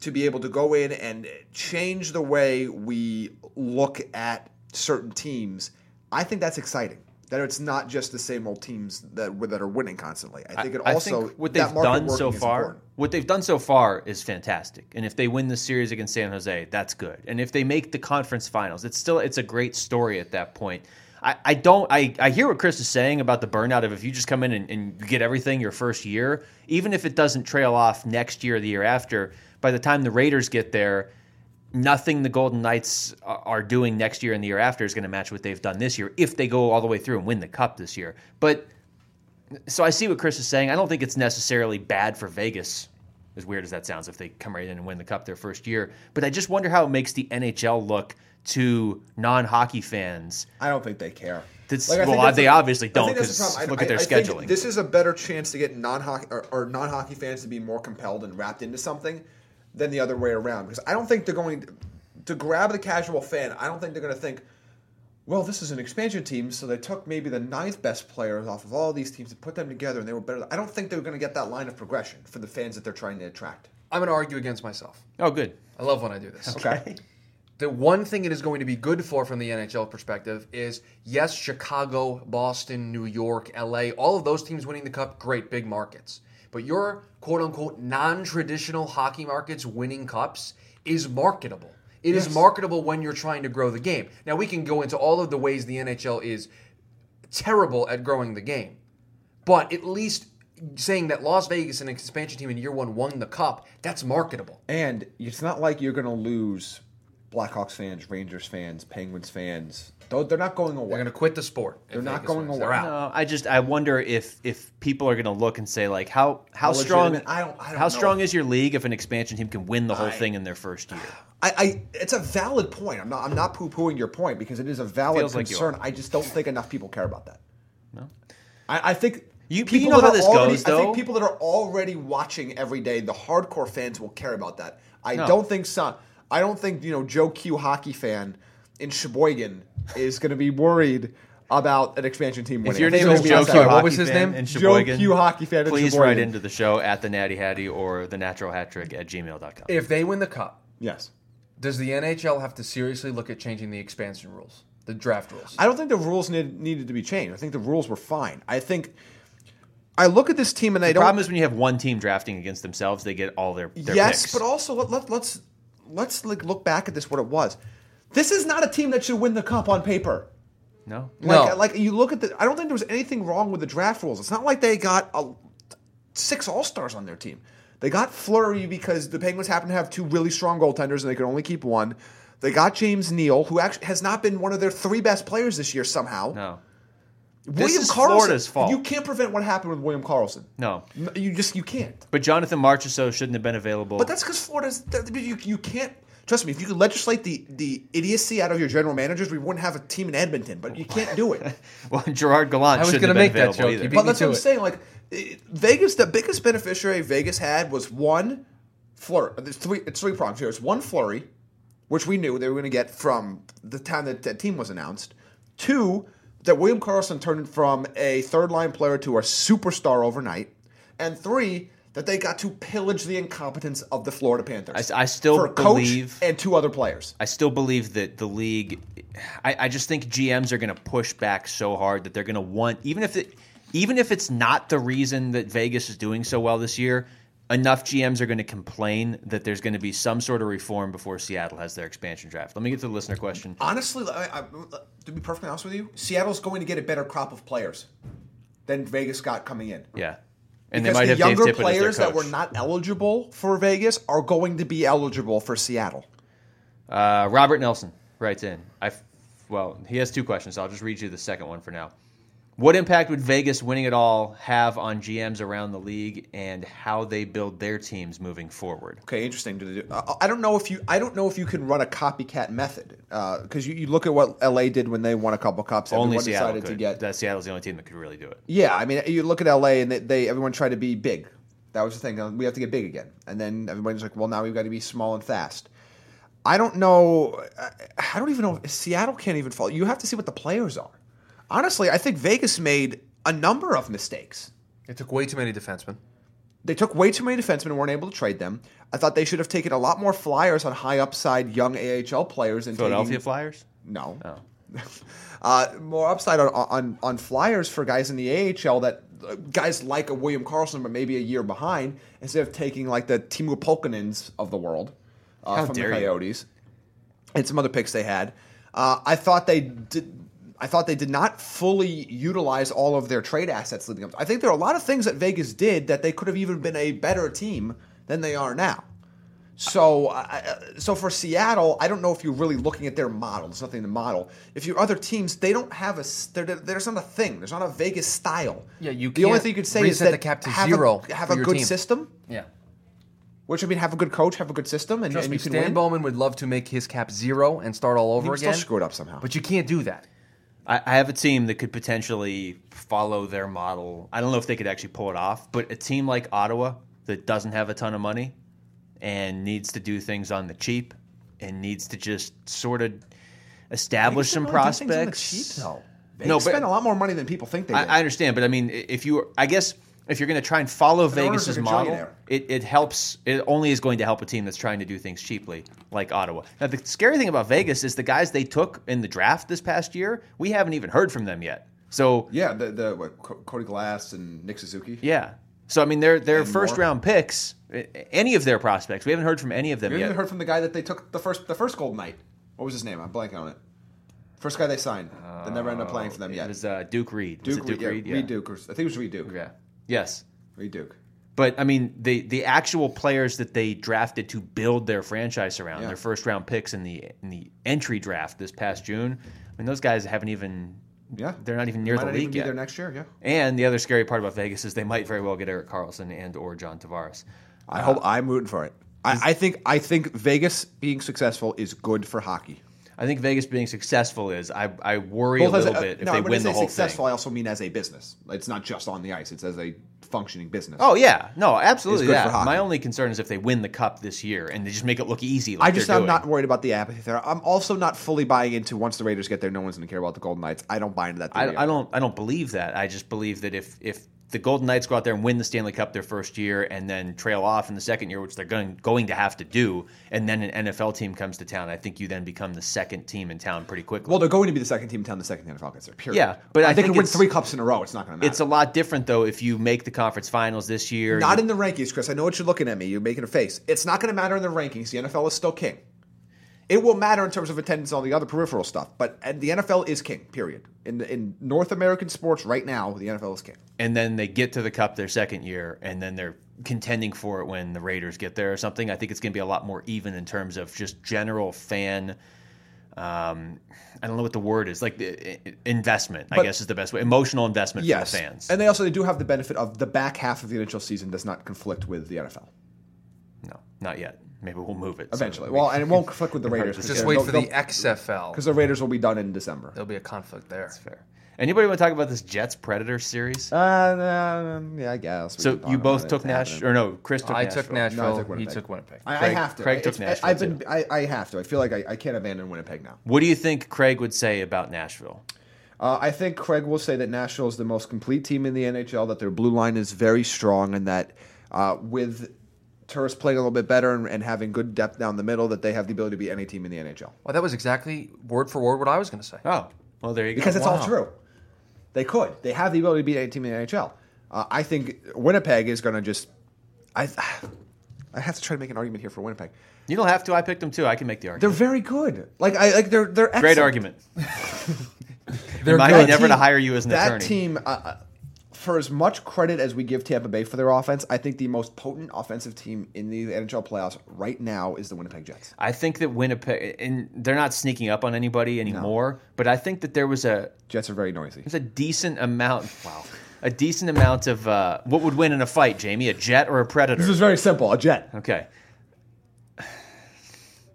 [SPEAKER 2] to be able to go in and change the way we look at certain teams. I think that's exciting. That it's not just the same old teams that that are winning constantly. I think it also
[SPEAKER 1] what
[SPEAKER 2] that
[SPEAKER 1] they've
[SPEAKER 2] market
[SPEAKER 1] done so
[SPEAKER 2] working is
[SPEAKER 1] far.
[SPEAKER 2] important.
[SPEAKER 1] What they've done so far is fantastic, and if they win the series against San Jose, that's good. And if they make the conference finals, it's still it's a great story at that point. I, I don't I, I hear what Chris is saying about the burnout of if you just come in and, and you get everything your first year, even if it doesn't trail off next year or the year after, by the time the Raiders get there, nothing the Golden Knights are are doing next year and the year after is going to match what they've done this year if they go all the way through and win the cup this year. But so I see what Chris is saying. I don't think it's necessarily bad for Vegas, as weird as that sounds, if they come right in and win the cup their first year. But I just wonder how it makes the NHL look to non-hockey fans.
[SPEAKER 2] I don't think they care.
[SPEAKER 1] That's-
[SPEAKER 2] I think
[SPEAKER 1] well,
[SPEAKER 2] that's
[SPEAKER 1] they
[SPEAKER 2] the-
[SPEAKER 1] obviously
[SPEAKER 2] I think
[SPEAKER 1] don't,
[SPEAKER 2] that's the
[SPEAKER 1] 'cause
[SPEAKER 2] problem.
[SPEAKER 1] look at their
[SPEAKER 2] think
[SPEAKER 1] scheduling.
[SPEAKER 2] This is a better chance to get non-hockey or, or non-hockey fans to be more compelled and wrapped into something than the other way around. Because I don't think they're going to, to grab the casual fan. I don't think they're going to think, well, this is an expansion team, so they took maybe the ninth best players off of all these teams and put them together, and they were better. I don't think they're going to get that line of progression for the fans that they're trying to attract.
[SPEAKER 3] I'm going to argue against myself.
[SPEAKER 1] Oh, good.
[SPEAKER 3] I love when I do this.
[SPEAKER 2] Okay.
[SPEAKER 3] The one thing it is going to be good for from the NHL perspective is yes, Chicago, Boston, New York, LA, all of those teams winning the cup, great big markets. But your quote unquote non traditional hockey markets winning cups is marketable. It is marketable when you're trying to grow the game. Now, we can go into all of the ways the NHL is terrible at growing the game. But at least saying that Las Vegas, an expansion team in year one, won the cup, that's marketable.
[SPEAKER 2] And it's not like you're going to lose Blackhawks fans, Rangers fans, Penguins fans. Though They're not going away.
[SPEAKER 3] They're going to quit the sport. if
[SPEAKER 2] They're not
[SPEAKER 3] Vegas
[SPEAKER 2] going
[SPEAKER 3] wins. They're
[SPEAKER 2] away.
[SPEAKER 3] out.
[SPEAKER 1] No, Uh, I just I wonder if if people are going to look and say like how how
[SPEAKER 2] How
[SPEAKER 1] strong
[SPEAKER 2] legitimate- I don't- I don't
[SPEAKER 1] how
[SPEAKER 2] know.
[SPEAKER 1] strong is your league if an expansion team can win the whole thing in their first year.
[SPEAKER 2] I, I it's a valid point. I'm not I'm not poo pooing your point because it is a valid
[SPEAKER 1] Feels like you
[SPEAKER 2] concern. I just don't think enough people care about that. No, I, I think
[SPEAKER 1] You- but you know
[SPEAKER 2] that
[SPEAKER 1] how
[SPEAKER 2] are
[SPEAKER 1] this
[SPEAKER 2] already,
[SPEAKER 1] goes,
[SPEAKER 2] I
[SPEAKER 1] though.
[SPEAKER 2] think people that are already watching every day, the hardcore fans will care about that. I
[SPEAKER 1] No.
[SPEAKER 2] don't think so. I don't think you know Joe Q hockey fan in Sheboygan is going to be worried about an expansion team winning.
[SPEAKER 1] If your
[SPEAKER 2] I think
[SPEAKER 1] name
[SPEAKER 2] they're
[SPEAKER 1] is
[SPEAKER 2] gonna
[SPEAKER 1] Joe
[SPEAKER 2] be
[SPEAKER 1] Q,
[SPEAKER 2] outside.
[SPEAKER 3] what was his name?
[SPEAKER 1] and
[SPEAKER 2] Joe
[SPEAKER 1] Sheboygan,
[SPEAKER 2] Q hockey fan in
[SPEAKER 1] Please
[SPEAKER 2] Sheboygan.
[SPEAKER 1] write into the show at the Natty Hattie or the Natural Hat Trick at gmail.com.
[SPEAKER 3] If they win the cup,
[SPEAKER 2] Yes.
[SPEAKER 3] does the NHL have to seriously look at changing the expansion rules, the draft rules?
[SPEAKER 2] I don't think the rules need, needed to be changed. I think the rules were fine. I think I look at this team and I
[SPEAKER 1] The
[SPEAKER 2] don't.
[SPEAKER 1] problem is when you have one team drafting against themselves, they get all their, their
[SPEAKER 2] yes,
[SPEAKER 1] picks.
[SPEAKER 2] but also let, let, let's let's like look back at this. What it was. This is not a team that should win the cup on paper.
[SPEAKER 1] no.
[SPEAKER 2] Like,
[SPEAKER 3] No.
[SPEAKER 2] like you look at the. I don't think there was anything wrong with the draft rules. It's not like they got a, six all stars on their team. They got Flurry because the Penguins happen to have two really strong goaltenders and they could only keep one. They got James Neal, who actually has not been one of their three best players this year somehow.
[SPEAKER 1] No.
[SPEAKER 2] William
[SPEAKER 1] is
[SPEAKER 2] Carlson.
[SPEAKER 1] Florida's fault.
[SPEAKER 2] You can't prevent what happened with William Carlson.
[SPEAKER 1] No.
[SPEAKER 2] No, you just you can't.
[SPEAKER 1] But Jonathan Marchessault shouldn't have been available.
[SPEAKER 2] But that's because Florida's. that- You you can't. Trust me, if you could legislate the the idiocy out of your general managers, we wouldn't have a team in Edmonton. But you can't do it.
[SPEAKER 1] well, Gerard Gallant
[SPEAKER 3] I was
[SPEAKER 1] shouldn't
[SPEAKER 3] gonna
[SPEAKER 1] have been
[SPEAKER 3] make
[SPEAKER 1] available
[SPEAKER 3] that joke.
[SPEAKER 1] either.
[SPEAKER 3] You beat-
[SPEAKER 2] but
[SPEAKER 3] me
[SPEAKER 2] that's what
[SPEAKER 3] to
[SPEAKER 2] I'm
[SPEAKER 3] it.
[SPEAKER 2] saying. Like it- Vegas, the biggest uh, beneficiary Vegas had was one Flurry. There's three. It's three prongs here. It's one Flurry, which we knew they were going to get from the time that that team was announced, two, that William Carlson turned from a third line player to a superstar overnight, and three, that they got to pillage the incompetence of the Florida Panthers.
[SPEAKER 1] I- I still
[SPEAKER 2] for a coach
[SPEAKER 1] believe-
[SPEAKER 2] and two other players.
[SPEAKER 1] I still believe that the league. I, I just think GMs are going to push back so hard that they're going to want, even if it, even if it's not the reason that Vegas is doing so well this year. Enough GMs are going to complain that there's going to be some sort of reform before Seattle has their expansion draft. Let me get to the listener question.
[SPEAKER 2] Honestly, I, I, to be perfectly honest with you, Seattle's going to get a better crop of players than Vegas got coming in.
[SPEAKER 1] Yeah, and
[SPEAKER 2] Because
[SPEAKER 1] they might
[SPEAKER 2] the
[SPEAKER 1] have Dave
[SPEAKER 2] younger
[SPEAKER 1] Tippett
[SPEAKER 2] players
[SPEAKER 1] as their
[SPEAKER 2] that were
[SPEAKER 1] coach.
[SPEAKER 2] not eligible for Vegas are going to be eligible for Seattle.
[SPEAKER 1] Uh, Robert Nelson writes in. I f- well, he has two questions. I'll just read you the second one for now. What impact would Vegas winning it all have on GMs around the league and how they build their teams moving forward?
[SPEAKER 2] Okay, interesting. Do they do- I- I don't know if you I don't know if you can run a copycat method because you, you look at what LA did when they won a couple cups.
[SPEAKER 1] Only
[SPEAKER 2] everyone
[SPEAKER 1] Seattle
[SPEAKER 2] decided
[SPEAKER 1] could.
[SPEAKER 2] to get
[SPEAKER 1] That Seattle's the only team that could really do it.
[SPEAKER 2] Yeah, I mean, you look at LA and they, they everyone tried to be big. That was the thing. uh, We have to get big again, and then everybody's like, "Well, now we've got to be small and fast." I don't know. I- I don't even know. if Seattle can't even follow. You have to see what the players are. Honestly, I think Vegas made a number of mistakes.
[SPEAKER 3] It took way too many defensemen.
[SPEAKER 2] They took way too many defensemen and weren't able to trade them. I thought they should have taken a lot more flyers on high upside young AHL players. And
[SPEAKER 1] Philadelphia
[SPEAKER 2] taking-
[SPEAKER 1] Flyers.
[SPEAKER 2] no.
[SPEAKER 1] Oh.
[SPEAKER 2] uh, more upside on, on on flyers for guys in the AHL that uh, guys like a William Carlson, but maybe a year behind, instead of taking like the Timu Polkanins of the world uh,
[SPEAKER 1] How
[SPEAKER 2] from the
[SPEAKER 1] dare you.
[SPEAKER 2] Coyotes and some other picks they had. Uh, I thought they did. I thought they did not fully utilize all of their trade assets leading up. I think there are a lot of things that Vegas did that they could have even been a better team than they are now. So, uh, so for Seattle, I don't know if you're really looking at their model. There's nothing to model. If your other teams, they don't have a. s- there- there- There's not a thing. There's not a Vegas style.
[SPEAKER 3] Yeah, you
[SPEAKER 2] The only
[SPEAKER 3] can't
[SPEAKER 2] thing you could say is
[SPEAKER 3] reset
[SPEAKER 2] that
[SPEAKER 3] the cap to
[SPEAKER 2] have
[SPEAKER 3] zero
[SPEAKER 2] A, have
[SPEAKER 3] for
[SPEAKER 2] a
[SPEAKER 3] your
[SPEAKER 2] good
[SPEAKER 3] team.
[SPEAKER 2] system,
[SPEAKER 3] Yeah.
[SPEAKER 2] which I mean, have a good coach, have a good system, and,
[SPEAKER 3] Trust
[SPEAKER 2] and
[SPEAKER 3] me,
[SPEAKER 2] you can
[SPEAKER 3] Stan
[SPEAKER 2] win.
[SPEAKER 3] Bowman would love to make his cap zero and start all over
[SPEAKER 2] He would still
[SPEAKER 3] again.
[SPEAKER 2] screw it up somehow.
[SPEAKER 3] But you can't do that.
[SPEAKER 1] I, I have a team that could potentially follow their model. I don't know if they could actually pull it off, but a team like Ottawa that doesn't have a ton of money and needs to do things on the cheap and needs to just sort of establish some prospects.
[SPEAKER 2] No, they
[SPEAKER 1] No, but-
[SPEAKER 2] spend a lot more money than people think they. do.
[SPEAKER 1] I, I understand, but I mean, i- if you, I guess, if you're going to try and follow
[SPEAKER 2] owner's
[SPEAKER 1] Vegas's
[SPEAKER 2] a
[SPEAKER 1] model,
[SPEAKER 2] billionaire.
[SPEAKER 1] it, it helps. It only is going to help a team that's trying to do things cheaply, like Ottawa. Now, the scary thing about Vegas is the guys they took in the draft this past year. We haven't even heard from them yet. So
[SPEAKER 5] Yeah, the the what, Co- Cody Glass and Nick Suzuki.
[SPEAKER 1] yeah, so I mean, their their
[SPEAKER 5] And
[SPEAKER 1] first
[SPEAKER 5] more.
[SPEAKER 1] round picks, i- any of their prospects, we haven't heard from any of them
[SPEAKER 5] You
[SPEAKER 1] yet.
[SPEAKER 5] even heard from the guy that they took the first the first Golden Knight. What was his name? I'm blanking on it. First guy they signed. they never ended up playing for them
[SPEAKER 2] Oh,
[SPEAKER 1] it
[SPEAKER 5] yet.
[SPEAKER 1] was uh, Duke Reed. Was it Duke
[SPEAKER 5] yeah,
[SPEAKER 1] Reed? Yeah.
[SPEAKER 5] Reed Duke. Or, I think it was Reed Duke.
[SPEAKER 1] Yeah. Yes.
[SPEAKER 5] Reed Duke.
[SPEAKER 1] But I mean, the the actual players that they drafted to build their franchise around, their first round picks in the in the entry draft this past June. I mean, those guys haven't even.
[SPEAKER 5] Yeah.
[SPEAKER 1] They're not even near
[SPEAKER 5] Might
[SPEAKER 1] the
[SPEAKER 5] not even
[SPEAKER 1] league
[SPEAKER 5] be
[SPEAKER 1] yet.
[SPEAKER 5] there next year. Yeah.
[SPEAKER 1] and the other scary part about Vegas is they might very well get Eric Carlson and or John Tavares.
[SPEAKER 2] I hope I'm rooting for it. I, I think I think Vegas being successful is good for hockey.
[SPEAKER 1] I think Vegas being successful is I, I worry
[SPEAKER 2] Both
[SPEAKER 1] a
[SPEAKER 2] as
[SPEAKER 1] little
[SPEAKER 2] uh,
[SPEAKER 1] bit if
[SPEAKER 2] no,
[SPEAKER 1] they
[SPEAKER 2] when
[SPEAKER 1] win
[SPEAKER 2] I
[SPEAKER 1] the
[SPEAKER 2] say
[SPEAKER 1] whole
[SPEAKER 2] successful,
[SPEAKER 1] thing.
[SPEAKER 2] I also mean as a business. It's not just on the ice; it's as a functioning business.
[SPEAKER 1] Oh yeah, no, absolutely.
[SPEAKER 2] It's good for
[SPEAKER 1] Yeah.
[SPEAKER 2] hockey.
[SPEAKER 1] My only concern is if they win the cup this year and they just make it look easy. Like
[SPEAKER 2] I just
[SPEAKER 1] they're
[SPEAKER 2] I'm
[SPEAKER 1] doing.
[SPEAKER 2] not worried about the apathy there. I'm also not fully buying into once the Raiders get there, no one's going to care about the Golden Knights. I don't buy into that. theory.
[SPEAKER 1] I, I don't I don't believe that. I just believe that if if the Golden Knights go out there and win the Stanley Cup their first year and then trail off in the second year, which they're going going to have to do, and then an NFL team comes to town, I think you then become the second team in town pretty quickly.
[SPEAKER 2] Well, they're going to be the second team in town. The second team in the Falcons. there, Period.
[SPEAKER 1] Yeah, but I
[SPEAKER 2] they
[SPEAKER 1] think
[SPEAKER 2] could win
[SPEAKER 1] it's-
[SPEAKER 2] three cups in a row. It's not going to matter.
[SPEAKER 1] it's a lot different though if you make the conference finals this year.
[SPEAKER 2] not
[SPEAKER 1] you-
[SPEAKER 2] in the rankings, Chris. I know what you're looking at me. You're making a face. It's not going to matter in the rankings. The NFL is still king. It will matter in terms of attendance and all the other peripheral stuff, but uh, the NFL is king. Period. In the, in North American sports right now, the NFL is king.
[SPEAKER 1] and then they get to the cup their second year and then they're contending for it when the Raiders get there or something. I think it's going to be a lot more even in terms of just general fan um, I don't know what the word is, like the i- i- investment, I
[SPEAKER 2] But-
[SPEAKER 1] guess is the best way. Emotional investment
[SPEAKER 2] Yes,
[SPEAKER 1] for the fans.
[SPEAKER 2] and they also they do have the benefit of the back half of the NHL season does not conflict with the NFL
[SPEAKER 1] no, not yet. Maybe we'll move it. so
[SPEAKER 2] eventually.
[SPEAKER 1] that
[SPEAKER 2] Well, and it won't conflict with the Raiders.
[SPEAKER 1] Just
[SPEAKER 3] Just
[SPEAKER 1] Yeah,
[SPEAKER 3] wait for the XFL.
[SPEAKER 2] because the Raiders will be done in December.
[SPEAKER 3] There'll be a conflict there.
[SPEAKER 1] it's fair. Anybody want to talk about this Jets Predator series?
[SPEAKER 2] Uh, um, yeah, I guess. we
[SPEAKER 1] so
[SPEAKER 2] can talk
[SPEAKER 1] you
[SPEAKER 2] about
[SPEAKER 1] both
[SPEAKER 2] it.
[SPEAKER 1] took
[SPEAKER 2] It's
[SPEAKER 1] Nash,
[SPEAKER 2] happening.
[SPEAKER 1] or no? Chris took.
[SPEAKER 3] I
[SPEAKER 1] Nashville.
[SPEAKER 3] took Nashville.
[SPEAKER 2] No, I took
[SPEAKER 3] he
[SPEAKER 2] Winnipeg.
[SPEAKER 3] took Winnipeg.
[SPEAKER 2] I, I
[SPEAKER 1] Craig-
[SPEAKER 2] have to.
[SPEAKER 1] Craig took
[SPEAKER 2] It's-
[SPEAKER 1] Nashville,
[SPEAKER 2] I, have been. I, I have to. I feel like I, I can't abandon Winnipeg now.
[SPEAKER 1] What do you think Craig would say about Nashville?
[SPEAKER 2] Uh, I think Craig will say that Nashville is the most complete team in the NHL. That their blue line is very strong, and that uh, with Turris playing a little bit better and, and having good depth down the middle, that they have the ability to be any team in the NHL.
[SPEAKER 3] Well, that was exactly word for word what I was going to say.
[SPEAKER 1] Oh, well, there you go.
[SPEAKER 2] because it's
[SPEAKER 1] Wow.
[SPEAKER 2] all true. They could. They have the ability to beat any team in the NHL. Uh, I think Winnipeg is going to just. I, I have to try to make an argument here for Winnipeg.
[SPEAKER 1] You don't have to. I picked them too. I can make the
[SPEAKER 2] They're
[SPEAKER 1] argument.
[SPEAKER 2] very good. Like I like they're they're
[SPEAKER 1] Great
[SPEAKER 2] excellent.
[SPEAKER 1] argument. Remind me
[SPEAKER 2] That
[SPEAKER 1] never to
[SPEAKER 2] team-
[SPEAKER 1] hire you as an
[SPEAKER 2] that
[SPEAKER 1] attorney.
[SPEAKER 2] team, uh, uh, for as much credit as we give Tampa Bay for their offense, I think the most potent offensive team in the NHL playoffs right now is the Winnipeg Jets.
[SPEAKER 1] I think that Winnipeg, and they're not sneaking up on anybody anymore. But I think that there was a
[SPEAKER 2] Jets are very noisy.
[SPEAKER 1] there's a decent amount. Wow, a decent amount of uh, what would win in a fight, Jamie? A jet or a predator?
[SPEAKER 2] This is very simple. A Jet.
[SPEAKER 1] okay.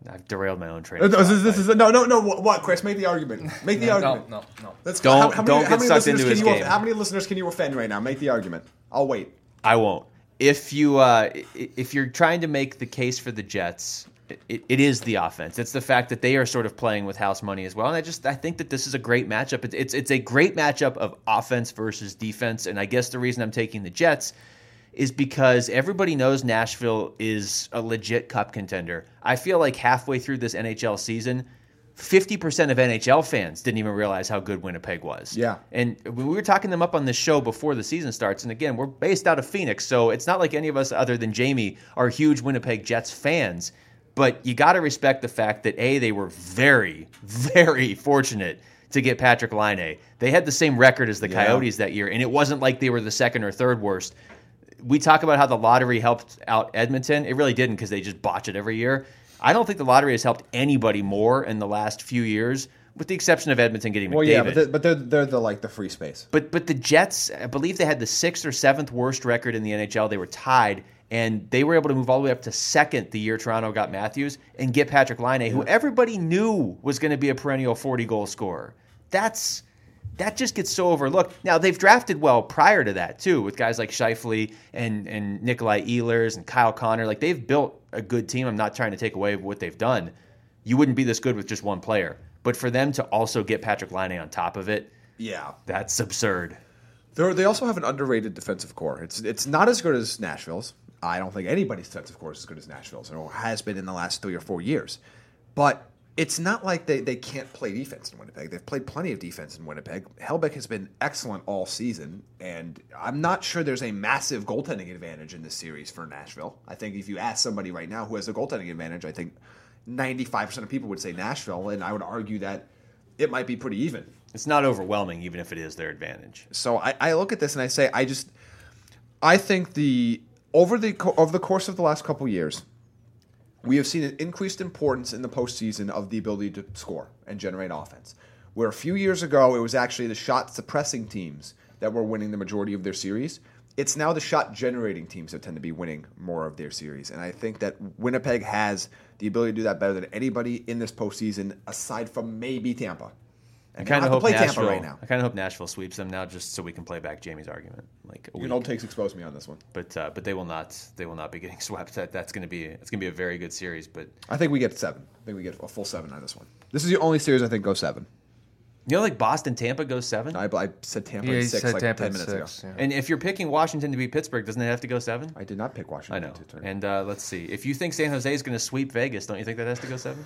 [SPEAKER 1] I've derailed my own train. of
[SPEAKER 2] This
[SPEAKER 1] thought.
[SPEAKER 2] is, this is no no no. What, what, Chris? Make the argument. Make the
[SPEAKER 3] No,
[SPEAKER 2] argument.
[SPEAKER 3] no, no.
[SPEAKER 2] Let's
[SPEAKER 1] Don't- don't get sucked
[SPEAKER 2] listeners
[SPEAKER 1] into
[SPEAKER 2] can
[SPEAKER 1] his
[SPEAKER 2] you,
[SPEAKER 1] game.
[SPEAKER 2] How many listeners can you offend right now? Make the argument. I'll wait.
[SPEAKER 1] I won't. If you uh, i- if you're trying to make the case for the Jets, it, it is the offense. It's the fact that they are sort of playing with house money as well. And I just I think that this is a great matchup. It's it's, it's a great matchup of offense versus defense. And I guess the reason I'm taking the Jets is because everybody knows Nashville is a legit cup contender. I feel like halfway through this NHL season. 50% of NHL fans didn't even realize how good Winnipeg was.
[SPEAKER 2] Yeah.
[SPEAKER 1] And we we were talking them up on this show before the season starts. And again, we're based out of Phoenix, so it's not like any of us other than Jamie are huge Winnipeg Jets fans. But you got to respect the fact that A, they were very, very fortunate to get Patrick Line. They had the same record as the Coyotes that year, and it wasn't like they were the second or third worst we talk about how the lottery helped out Edmonton. It really didn't because they just botch it every year. I don't think the lottery has helped anybody more in the last few years, with the exception of Edmonton getting
[SPEAKER 2] Well,
[SPEAKER 1] McDavid.
[SPEAKER 2] yeah, but they're, but they're they're the like the free space.
[SPEAKER 1] But but the Jets, I believe they had the sixth or seventh worst record in the NHL. They were tied, and they were able to move all the way up to second the year Toronto got Matthews and get Patrick Line, who everybody knew was going to be a perennial forty goal scorer. That's that just gets so overlooked. Now they've drafted well prior to that too, with guys like Shifley and and Nikolai Ehlers and Kyle Connor. Like they've built a good team. I'm not trying to take away what they've done. You wouldn't be this good with just one player. But for them to also get Patrick Line on top of it,
[SPEAKER 4] Yeah.
[SPEAKER 1] that's absurd.
[SPEAKER 2] They're, they also have an underrated defensive core. It's it's not as good as Nashville's.
[SPEAKER 4] I don't think anybody's defensive core is as good as Nashville's or has been in the last three or four years. But it's not like they, they can't play defense in Winnipeg. They've played plenty of defense in Winnipeg. Helbeck has been excellent all season, and I'm not sure there's a massive goaltending advantage in this series for Nashville. I think if you ask somebody right now who has a goaltending advantage, I think 95% of people would say Nashville, and I would argue that it might be pretty even.
[SPEAKER 1] It's not overwhelming, even if it is their advantage.
[SPEAKER 4] So I, I look at this and I say, I just, I think the over the co- over the course of the last couple years, we have seen an increased importance in the postseason of the ability to score and generate offense. Where a few years ago it was actually the shot suppressing teams that were winning the majority of their series, it's now the shot generating teams that tend to be winning more of their series. And I think that Winnipeg has the ability to do that better than anybody in this postseason, aside from maybe Tampa.
[SPEAKER 1] I
[SPEAKER 4] And they don't
[SPEAKER 1] kind
[SPEAKER 4] have
[SPEAKER 1] of
[SPEAKER 4] to
[SPEAKER 1] hope
[SPEAKER 4] play
[SPEAKER 1] Nashville.
[SPEAKER 4] Tampa right now.
[SPEAKER 1] I kind of hope Nashville sweeps them now, just so we can play back Jamie's argument. Like, a
[SPEAKER 2] You
[SPEAKER 1] week.
[SPEAKER 2] know, takes exposed me on this one.
[SPEAKER 1] but uh, but they will not. They will not be getting swept. That that's going to be it's going to be a very good series. But
[SPEAKER 2] I think we get seven. I think we get a full seven on this one. This is the only series I think goes seven.
[SPEAKER 1] you know, like Boston, Tampa goes seven,
[SPEAKER 2] I, I said Tampa
[SPEAKER 3] Yeah,
[SPEAKER 2] at
[SPEAKER 3] he
[SPEAKER 2] six
[SPEAKER 3] said
[SPEAKER 2] like
[SPEAKER 3] Tampa
[SPEAKER 2] ten
[SPEAKER 3] at
[SPEAKER 2] minutes
[SPEAKER 3] six.
[SPEAKER 2] ago.
[SPEAKER 3] yeah.
[SPEAKER 1] and if you're picking Washington to beat Pittsburgh, doesn't it have to go seven?
[SPEAKER 2] I did not pick Washington.
[SPEAKER 1] I know.
[SPEAKER 2] to turn.
[SPEAKER 1] And uh, let's see. If you think San Jose is going to sweep Vegas, don't you think that has to go seven?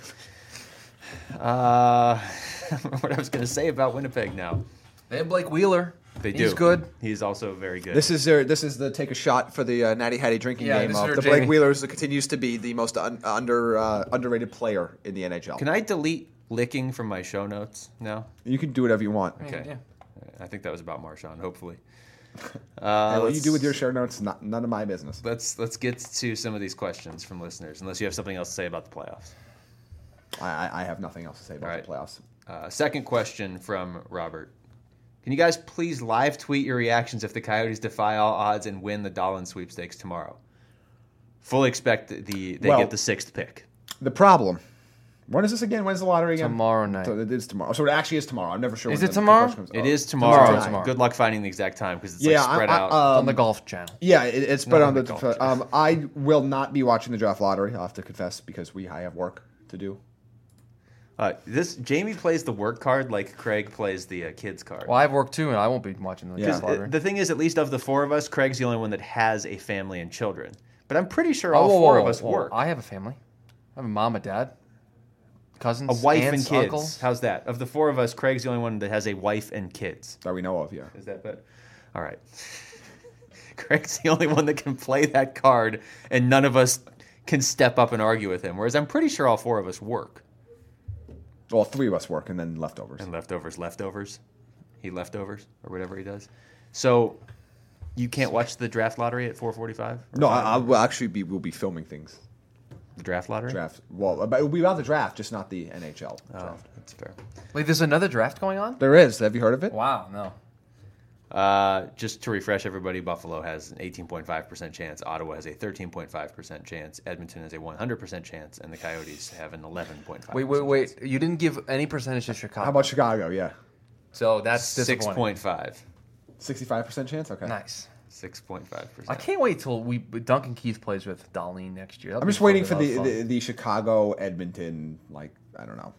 [SPEAKER 1] Uh, what I was going to say about Winnipeg now.
[SPEAKER 3] They have Blake Wheeler.
[SPEAKER 1] They do.
[SPEAKER 3] He's good.
[SPEAKER 1] He's also very good.
[SPEAKER 2] This is their. This is the take a shot for the uh, Natty Hattie drinking
[SPEAKER 3] Yeah,
[SPEAKER 2] game.
[SPEAKER 3] this is
[SPEAKER 2] Of
[SPEAKER 3] her
[SPEAKER 2] the
[SPEAKER 3] Jamie.
[SPEAKER 2] Blake Wheelers that continues to be the most un, under uh, underrated player in the NHL.
[SPEAKER 1] Can I delete licking from my show notes now?
[SPEAKER 2] you can do whatever you want.
[SPEAKER 1] Okay. I think that was about Marshawn. Hopefully,
[SPEAKER 2] And what Uh, you
[SPEAKER 1] let's-
[SPEAKER 2] do with your show notes, not none of my business.
[SPEAKER 1] let's let's get to some of these questions from listeners. Unless you have something else to say about the playoffs.
[SPEAKER 2] I, I- I have nothing else to say about
[SPEAKER 1] All right.
[SPEAKER 2] the playoffs.
[SPEAKER 1] Uh, second question from Robert. Can you guys please live tweet your reactions if the Coyotes defy all odds and win the Dolan sweepstakes tomorrow? Fully expect the they
[SPEAKER 2] Well-
[SPEAKER 1] get the sixth pick.
[SPEAKER 2] The problem When is this again? When's the lottery again?
[SPEAKER 3] Tomorrow night.
[SPEAKER 2] So it is tomorrow. So it actually is tomorrow. I'm never sure.
[SPEAKER 3] Is
[SPEAKER 2] when
[SPEAKER 3] it
[SPEAKER 2] the
[SPEAKER 3] tomorrow?
[SPEAKER 2] question comes
[SPEAKER 1] It
[SPEAKER 2] out.
[SPEAKER 1] is tomorrow.
[SPEAKER 2] uh, Tomorrow.
[SPEAKER 3] Tomorrow.
[SPEAKER 1] Good luck finding the exact time because it's
[SPEAKER 2] Yeah,
[SPEAKER 1] like spread
[SPEAKER 2] I, I,
[SPEAKER 1] out.
[SPEAKER 2] um,
[SPEAKER 3] on the golf channel.
[SPEAKER 2] Yeah, it, it's spread on
[SPEAKER 3] Not on
[SPEAKER 2] the.
[SPEAKER 3] the golf
[SPEAKER 2] um, I will not be watching the draft lottery. I'll have to confess because we I have work to do.
[SPEAKER 1] uh, this Jamie plays the work card like Craig plays the uh, kids card.
[SPEAKER 3] Well, I have work too, and I won't be watching the
[SPEAKER 2] Yeah.
[SPEAKER 3] yeah.
[SPEAKER 1] 'Cause it- the thing is, at least of the four of us, Craig's the only one that has a family and children. But I'm pretty
[SPEAKER 3] Oh,
[SPEAKER 1] sure all four of us work.
[SPEAKER 3] I have a family. I have a mom, a dad, cousins,
[SPEAKER 1] a wife and
[SPEAKER 3] aunts,
[SPEAKER 1] kids.
[SPEAKER 3] uncles.
[SPEAKER 1] How's that? Of the four of us, Craig's the only one that has a wife and kids.
[SPEAKER 2] That we know of, yeah.
[SPEAKER 1] Is that better? All right. Craig's the only one that can play that card, and none of us can step up and argue with him. Whereas I'm pretty sure all four of us work.
[SPEAKER 2] Well, three of us work and then leftovers.
[SPEAKER 1] And leftovers, leftovers. He leftovers or whatever he does. So you can't watch the draft lottery at 4:45.
[SPEAKER 2] No, I, I will actually be. We'll be filming things.
[SPEAKER 1] The draft lottery.
[SPEAKER 2] Draft. Well, uh, about, it'll be about the draft, just not the NHL
[SPEAKER 1] Oh,
[SPEAKER 2] draft.
[SPEAKER 1] that's fair.
[SPEAKER 3] Wait, there's another draft going on?
[SPEAKER 2] There is. Have you heard of it?
[SPEAKER 3] Wow, no.
[SPEAKER 1] Uh, just to refresh everybody, Buffalo has an 18.5% chance, Ottawa has a 13.5% chance, Edmonton has a 100% chance, and the Coyotes have an 11.5%.
[SPEAKER 3] Wait, wait, wait. You didn't give any percentage to Chicago.
[SPEAKER 2] How about Chicago? Yeah,
[SPEAKER 3] so that's
[SPEAKER 1] Six
[SPEAKER 3] disappointing.
[SPEAKER 1] point five.
[SPEAKER 2] sixty-five percent chance. Okay.
[SPEAKER 3] Nice.
[SPEAKER 1] Six point five
[SPEAKER 3] I
[SPEAKER 1] percent.
[SPEAKER 3] can't wait till we Duncan Keith plays with Darlene next year.
[SPEAKER 2] I'm just waiting for the, the the Chicago Edmonton like I don't know.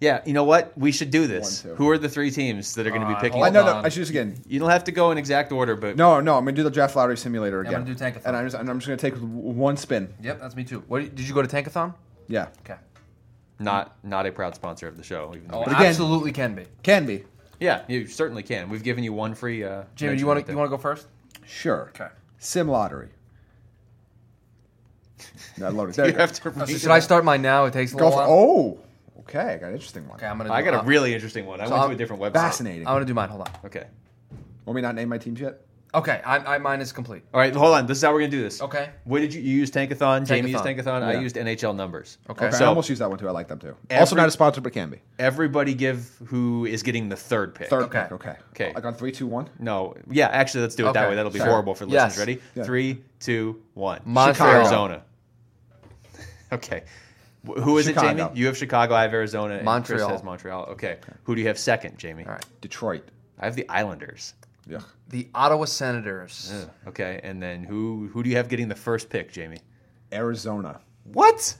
[SPEAKER 1] Yeah, you know what? We should do this.
[SPEAKER 2] One, two.
[SPEAKER 1] Who are the three teams that are going to be
[SPEAKER 3] Uh,
[SPEAKER 1] picking?
[SPEAKER 3] hold
[SPEAKER 2] I no no.
[SPEAKER 3] on.
[SPEAKER 2] I should just again.
[SPEAKER 1] You don't have to go in exact order, but
[SPEAKER 2] No no. I'm gonna do the draft lottery simulator again.
[SPEAKER 3] gonna do Tankathon.
[SPEAKER 2] And I'm just, and I'm just gonna take w- one spin.
[SPEAKER 3] Yep, that's me too. What did you go to Tankathon?
[SPEAKER 2] Yeah.
[SPEAKER 3] Okay.
[SPEAKER 1] not not a proud sponsor of the show. Even though
[SPEAKER 3] Oh,
[SPEAKER 1] we-
[SPEAKER 2] But again-
[SPEAKER 3] absolutely can be.
[SPEAKER 2] Can be.
[SPEAKER 1] yeah, you certainly can. We've given you one free. Uh,
[SPEAKER 3] Jamie,
[SPEAKER 1] mention
[SPEAKER 3] do you want
[SPEAKER 1] right
[SPEAKER 3] to
[SPEAKER 1] there.
[SPEAKER 3] you want to go first?
[SPEAKER 2] Sure.
[SPEAKER 3] Okay.
[SPEAKER 2] Sim lottery. Not loaded. There
[SPEAKER 1] You
[SPEAKER 2] you go.
[SPEAKER 1] have to.
[SPEAKER 3] So
[SPEAKER 1] read
[SPEAKER 3] should I
[SPEAKER 1] it.
[SPEAKER 3] start mine now? It takes a
[SPEAKER 2] Go
[SPEAKER 3] little
[SPEAKER 2] for,
[SPEAKER 3] while.
[SPEAKER 2] oh. Okay. I got an interesting one.
[SPEAKER 3] Okay, I'm gonna. Do,
[SPEAKER 1] I got a
[SPEAKER 3] uh,
[SPEAKER 1] really interesting one. I went
[SPEAKER 3] I'm-
[SPEAKER 1] to a different website.
[SPEAKER 2] Fascinating.
[SPEAKER 3] I'm gonna do mine. Hold on.
[SPEAKER 1] Okay.
[SPEAKER 2] Want me not name my teams yet?
[SPEAKER 3] Okay, I, I mine is complete.
[SPEAKER 1] All right, hold on. This is how we're gonna do this.
[SPEAKER 3] Okay.
[SPEAKER 1] What did you, you use? Tankathon. Jamie used
[SPEAKER 3] Tankathon.
[SPEAKER 1] Tankathon. I
[SPEAKER 2] Yeah.
[SPEAKER 1] used NHL numbers.
[SPEAKER 3] Okay.
[SPEAKER 2] Okay,
[SPEAKER 1] So-
[SPEAKER 2] I almost used that one too. I like them too. also
[SPEAKER 1] Every-
[SPEAKER 2] not a sponsor, but can be.
[SPEAKER 1] Everybody give who is getting the third pick.
[SPEAKER 2] Third
[SPEAKER 3] Okay.
[SPEAKER 2] pick. Okay.
[SPEAKER 1] Okay.
[SPEAKER 2] I got three, two, one.
[SPEAKER 1] No, yeah, actually, let's do it that
[SPEAKER 3] Okay.
[SPEAKER 1] way. That'll be
[SPEAKER 2] Sure.
[SPEAKER 1] horrible for listeners.
[SPEAKER 3] Yes.
[SPEAKER 1] Ready?
[SPEAKER 2] Yeah.
[SPEAKER 1] Three, two, one.
[SPEAKER 3] Montreal.
[SPEAKER 1] Arizona. Okay. Wh- Who is it,
[SPEAKER 2] Chicago.
[SPEAKER 1] Jamie? You have Chicago. I have Arizona. And
[SPEAKER 3] Montreal.
[SPEAKER 1] Chris has Montreal. Okay. Who do you have second, Jamie?
[SPEAKER 3] All right.
[SPEAKER 2] Detroit.
[SPEAKER 1] I have the Islanders.
[SPEAKER 2] Yeah.
[SPEAKER 3] The Ottawa Senators.
[SPEAKER 1] Okay. And then who who do you have getting the first pick, Jamie?
[SPEAKER 2] Arizona.
[SPEAKER 1] What?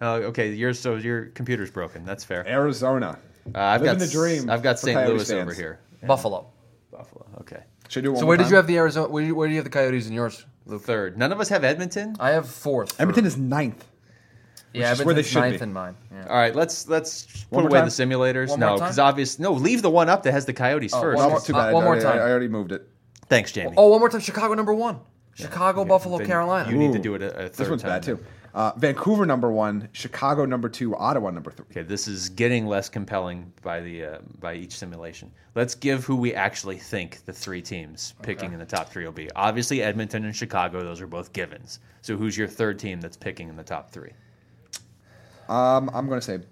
[SPEAKER 1] Oh, okay. Yours. So your computer's broken. That's fair.
[SPEAKER 2] Arizona.
[SPEAKER 1] Uh, I've got
[SPEAKER 2] Living the
[SPEAKER 1] s-
[SPEAKER 2] dream
[SPEAKER 1] I've got
[SPEAKER 2] for
[SPEAKER 1] St.
[SPEAKER 2] Coyotes
[SPEAKER 1] Louis
[SPEAKER 2] fans.
[SPEAKER 1] over here.
[SPEAKER 3] Buffalo.
[SPEAKER 1] Buffalo. Okay.
[SPEAKER 2] Should I do it one
[SPEAKER 3] So
[SPEAKER 2] more
[SPEAKER 3] where did
[SPEAKER 2] time?
[SPEAKER 3] you have the Arizona? Where do you, where do you have the Coyotes in yours?
[SPEAKER 1] Third. None of us have Edmonton.
[SPEAKER 3] I have fourth.
[SPEAKER 2] Edmonton is ninth.
[SPEAKER 3] yeah,
[SPEAKER 2] is where they
[SPEAKER 3] Edmonton's
[SPEAKER 2] should
[SPEAKER 3] ninth
[SPEAKER 2] be.
[SPEAKER 3] in mine. Yeah.
[SPEAKER 1] All right, let's let's
[SPEAKER 2] One
[SPEAKER 1] put away
[SPEAKER 2] more time?
[SPEAKER 1] the simulators.
[SPEAKER 3] One
[SPEAKER 1] no,
[SPEAKER 3] more time?
[SPEAKER 1] because obvious. No, leave the one up that has the Coyotes first.
[SPEAKER 3] one
[SPEAKER 2] Well,
[SPEAKER 3] more-
[SPEAKER 2] too
[SPEAKER 3] uh,
[SPEAKER 2] bad.
[SPEAKER 3] one more
[SPEAKER 2] I- I-
[SPEAKER 3] time.
[SPEAKER 2] I already moved it.
[SPEAKER 1] Thanks, Jamie.
[SPEAKER 3] Oh, one more time. Chicago number one. Chicago, Buffalo,
[SPEAKER 1] Then
[SPEAKER 3] Carolina.
[SPEAKER 1] You need to do it a, a third
[SPEAKER 2] This one's
[SPEAKER 1] time.
[SPEAKER 2] bad too. Uh, Vancouver number one, Chicago number two, Ottawa number three.
[SPEAKER 1] Okay, this is getting less compelling by the uh, by each simulation. Let's give who we actually think the three teams picking in the top three will be. Obviously, Edmonton and Chicago; those are both givens. So, who's your third team that's picking in the top three?
[SPEAKER 2] Um, I'm gonna say I'm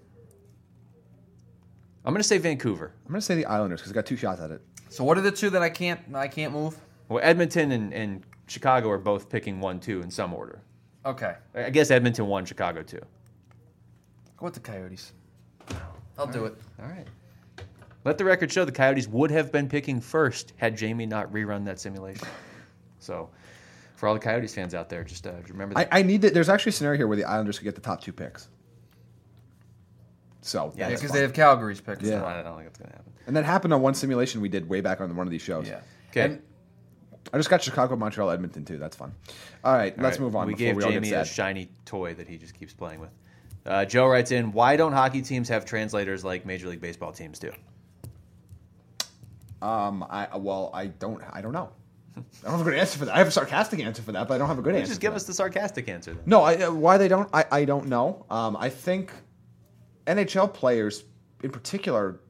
[SPEAKER 1] I'm going to say Vancouver.
[SPEAKER 2] gonna say the Islanders because I got two shots at it.
[SPEAKER 3] So what are the two that I can't I can't move?
[SPEAKER 1] Well, Edmonton and, and Chicago are both picking one, two in some order.
[SPEAKER 3] Okay,
[SPEAKER 1] I I guess Edmonton one, Chicago two.
[SPEAKER 3] go with the Coyotes. I'll do it.
[SPEAKER 1] All right. Let the record show the Coyotes would have been picking first had Jamie not rerun that simulation. So, for all the Coyotes fans out there, just uh, remember
[SPEAKER 2] I,
[SPEAKER 1] that.
[SPEAKER 2] I need that. There's actually a scenario here where the Islanders could get the top two picks. So
[SPEAKER 1] Yeah,
[SPEAKER 2] yeah,
[SPEAKER 3] Yeah, because they have Calgary's picks.
[SPEAKER 2] Yeah.
[SPEAKER 1] I don't think it's going to happen.
[SPEAKER 2] and that happened on one simulation we did way back on one of these shows.
[SPEAKER 3] Yeah.
[SPEAKER 1] Okay.
[SPEAKER 3] And
[SPEAKER 2] I just got Chicago, Montreal, Edmonton too. That's fun. All right, let's move on.
[SPEAKER 1] We
[SPEAKER 2] before
[SPEAKER 1] gave
[SPEAKER 2] we all
[SPEAKER 1] Jamie a
[SPEAKER 2] get sad.
[SPEAKER 1] shiny toy that he just keeps playing with. Uh, Joe writes in, why don't hockey teams have translators like Major League Baseball teams do?
[SPEAKER 2] um, I well, I don't, I don't know. I don't have a good answer for that. I have a sarcastic answer for that, but I don't have a good answer.
[SPEAKER 1] Just
[SPEAKER 2] for
[SPEAKER 1] give
[SPEAKER 2] that.
[SPEAKER 1] us the sarcastic answer then.
[SPEAKER 2] No, I, uh, why they don't, I, I don't know. Um, I think NHL players, in particular,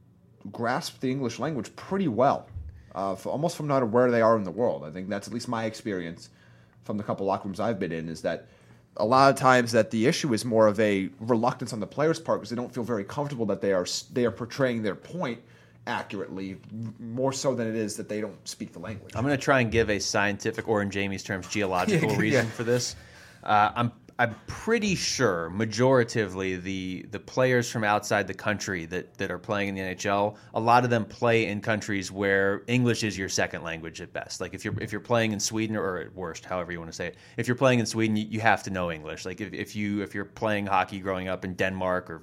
[SPEAKER 2] grasp the English language pretty well, uh, for, almost from no matter where they are in the world. I think that's at least my experience from the couple locker rooms I've been in is that a lot of times that the issue is more of a reluctance on the players' part because they don't feel very comfortable that they are s- they are portraying their point accurately, m- more so than it is that they don't speak the language.
[SPEAKER 1] I'm going to try and give a scientific, or in Jamie's terms, geological
[SPEAKER 3] Yeah, yeah.
[SPEAKER 1] reason for this. Uh, I'm I'm pretty sure, majoritively, the the players from outside the country that that are playing in the NHL, a lot of them play in countries where English is your second language at best. Like if you're if you're playing in Sweden or at worst, however you want to say it, if you're playing in Sweden, you, you have to know English. Like if, if you if you're playing hockey growing up in Denmark or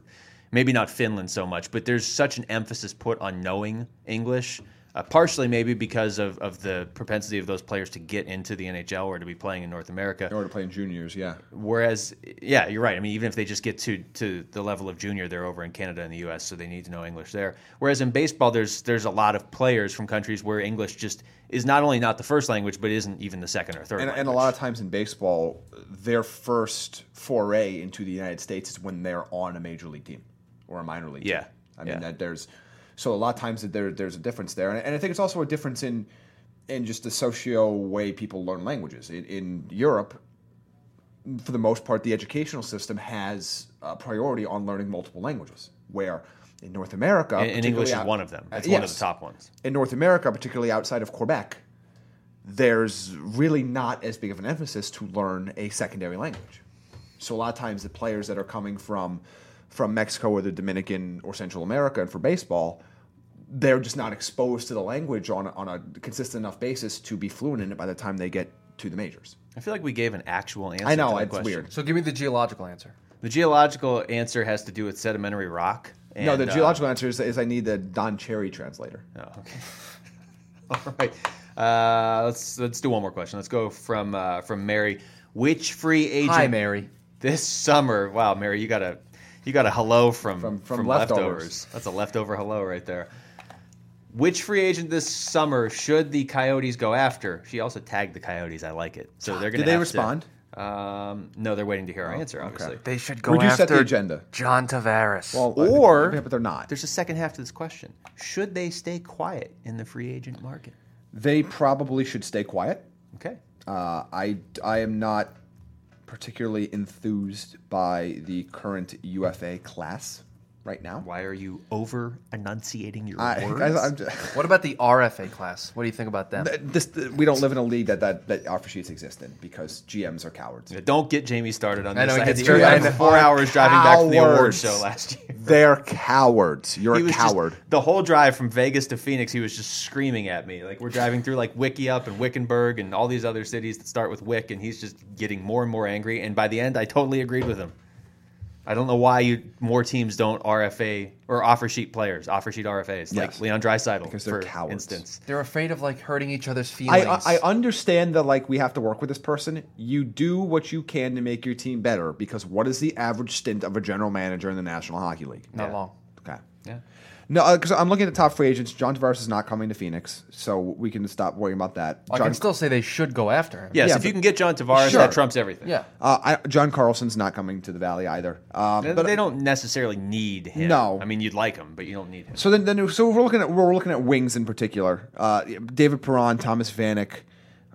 [SPEAKER 1] maybe not Finland so much, but there's such an emphasis put on knowing English. Uh, partially, maybe because of, of the propensity of those players to get into the NHL or to be playing in North America.
[SPEAKER 2] Or to play in juniors, yeah.
[SPEAKER 1] Whereas, yeah, you're right. I mean, even if they just get to to the level of junior, they're over in Canada and the U.S., so they need to know English there. Whereas in baseball, there's there's a lot of players from countries where English just is not only not the first language, but isn't even the second or third.
[SPEAKER 2] And, and a
[SPEAKER 1] language.
[SPEAKER 2] lot of times in baseball, their first foray into the United States is when they're on a major league team or a minor league.
[SPEAKER 1] Yeah.
[SPEAKER 2] team. I mean
[SPEAKER 1] Yeah.
[SPEAKER 2] that there's so a lot of times that there there's a difference there, and, and I think it's also a difference in in just the socio way people learn languages. In, in Europe, for the most part, the educational system has a priority on learning multiple languages. Where in North America,
[SPEAKER 1] and, and English is
[SPEAKER 2] particularly-
[SPEAKER 1] one of them. It's
[SPEAKER 2] Uh,
[SPEAKER 1] one of
[SPEAKER 2] yes
[SPEAKER 1] the top ones.
[SPEAKER 2] in North America, particularly outside of Quebec, there's really not as big of an emphasis to learn a secondary language. So a lot of times the players that are coming from from Mexico or the Dominican or Central America and for baseball, they're just not exposed to the language on on a consistent enough basis to be fluent in it by the time they get to the majors.
[SPEAKER 1] I feel like we gave an actual answer.
[SPEAKER 2] I know
[SPEAKER 1] to that
[SPEAKER 2] it's
[SPEAKER 1] question.
[SPEAKER 2] weird.
[SPEAKER 3] So give me the geological answer.
[SPEAKER 1] The geological answer has to do with sedimentary rock. And,
[SPEAKER 2] no, the
[SPEAKER 1] uh,
[SPEAKER 2] geological answer is, is I need the Don Cherry translator.
[SPEAKER 1] Oh, okay. All right. Uh, let's let's do one more question. Let's go from uh, from Mary. Which free agent?
[SPEAKER 3] Hi, Mary.
[SPEAKER 1] This summer, wow, Mary, you got a you got a hello from
[SPEAKER 2] From- from leftovers.
[SPEAKER 1] That's a leftover hello right there. Which free agent this summer should the Coyotes go after? She also tagged the Coyotes. I like it. So they're going
[SPEAKER 2] Did they
[SPEAKER 1] have
[SPEAKER 2] respond? Oh,
[SPEAKER 1] To, um, no, they're waiting to hear our answer. Obviously,
[SPEAKER 3] They should
[SPEAKER 2] Would you set the agenda?
[SPEAKER 3] John Tavares.
[SPEAKER 2] Well,
[SPEAKER 1] Or-
[SPEAKER 2] yeah, but they're not.
[SPEAKER 1] there's a second half to this question. Should they stay quiet in the free agent market?
[SPEAKER 2] They probably should stay quiet.
[SPEAKER 1] Okay.
[SPEAKER 2] Uh, I I am not particularly enthused by the current UFA class right now.
[SPEAKER 1] Why are you over enunciating your
[SPEAKER 2] I,
[SPEAKER 1] words?
[SPEAKER 2] I, I'm just,
[SPEAKER 3] what about the RFA class? What do you think about them?
[SPEAKER 2] this, we don't live in a league that, that that offer sheets exist in because GMs are cowards.
[SPEAKER 1] Don't get Jamie started on
[SPEAKER 3] I
[SPEAKER 1] this.
[SPEAKER 3] know,
[SPEAKER 1] I,
[SPEAKER 3] he
[SPEAKER 1] had
[SPEAKER 3] gets
[SPEAKER 1] to- I had
[SPEAKER 2] triggered.
[SPEAKER 1] four hours driving back from the award
[SPEAKER 2] Cowards.
[SPEAKER 1] show last year.
[SPEAKER 2] They're cowards. You're
[SPEAKER 1] He
[SPEAKER 2] a
[SPEAKER 1] was just-
[SPEAKER 2] coward.
[SPEAKER 1] the whole drive from Vegas to Phoenix, he was just screaming at me. Like we're driving through like Wiki up and Wickenburg and all these other cities that start with Wick, and he's just getting more and more angry. And by the end, I totally agreed with him. I don't know why you more teams don't RFA or offer sheet players, offer sheet RFAs, like
[SPEAKER 2] Yes.
[SPEAKER 1] Leon Dreisaitl,
[SPEAKER 2] Because they're
[SPEAKER 1] for
[SPEAKER 2] cowards.
[SPEAKER 1] instance.
[SPEAKER 3] They're afraid of like hurting each other's
[SPEAKER 2] I,
[SPEAKER 3] feelings.
[SPEAKER 2] I I understand that like we have to work with this person. You do what you can to make your team better because what is the average stint of a general manager in the National Hockey League?
[SPEAKER 3] not long.
[SPEAKER 2] Okay.
[SPEAKER 1] Yeah.
[SPEAKER 2] No, because I'm looking at the top free agents. John Tavares is not coming to Phoenix, so we can stop worrying about that.
[SPEAKER 3] I
[SPEAKER 2] John,
[SPEAKER 3] can still say they should go after him.
[SPEAKER 1] Yes,
[SPEAKER 2] Yeah,
[SPEAKER 1] if you
[SPEAKER 2] but-
[SPEAKER 1] can get John Tavares,
[SPEAKER 2] Sure.
[SPEAKER 1] that trumps everything.
[SPEAKER 3] Yeah.
[SPEAKER 2] uh, I, John Carlson's not coming to the Valley either. Um,
[SPEAKER 1] They-
[SPEAKER 2] but-
[SPEAKER 1] they don't necessarily need him.
[SPEAKER 2] No.
[SPEAKER 1] I mean you'd like him, but you don't need him.
[SPEAKER 2] so then, then so we're looking at we're looking at wings in particular. Uh, David Perron, Thomas Vanek.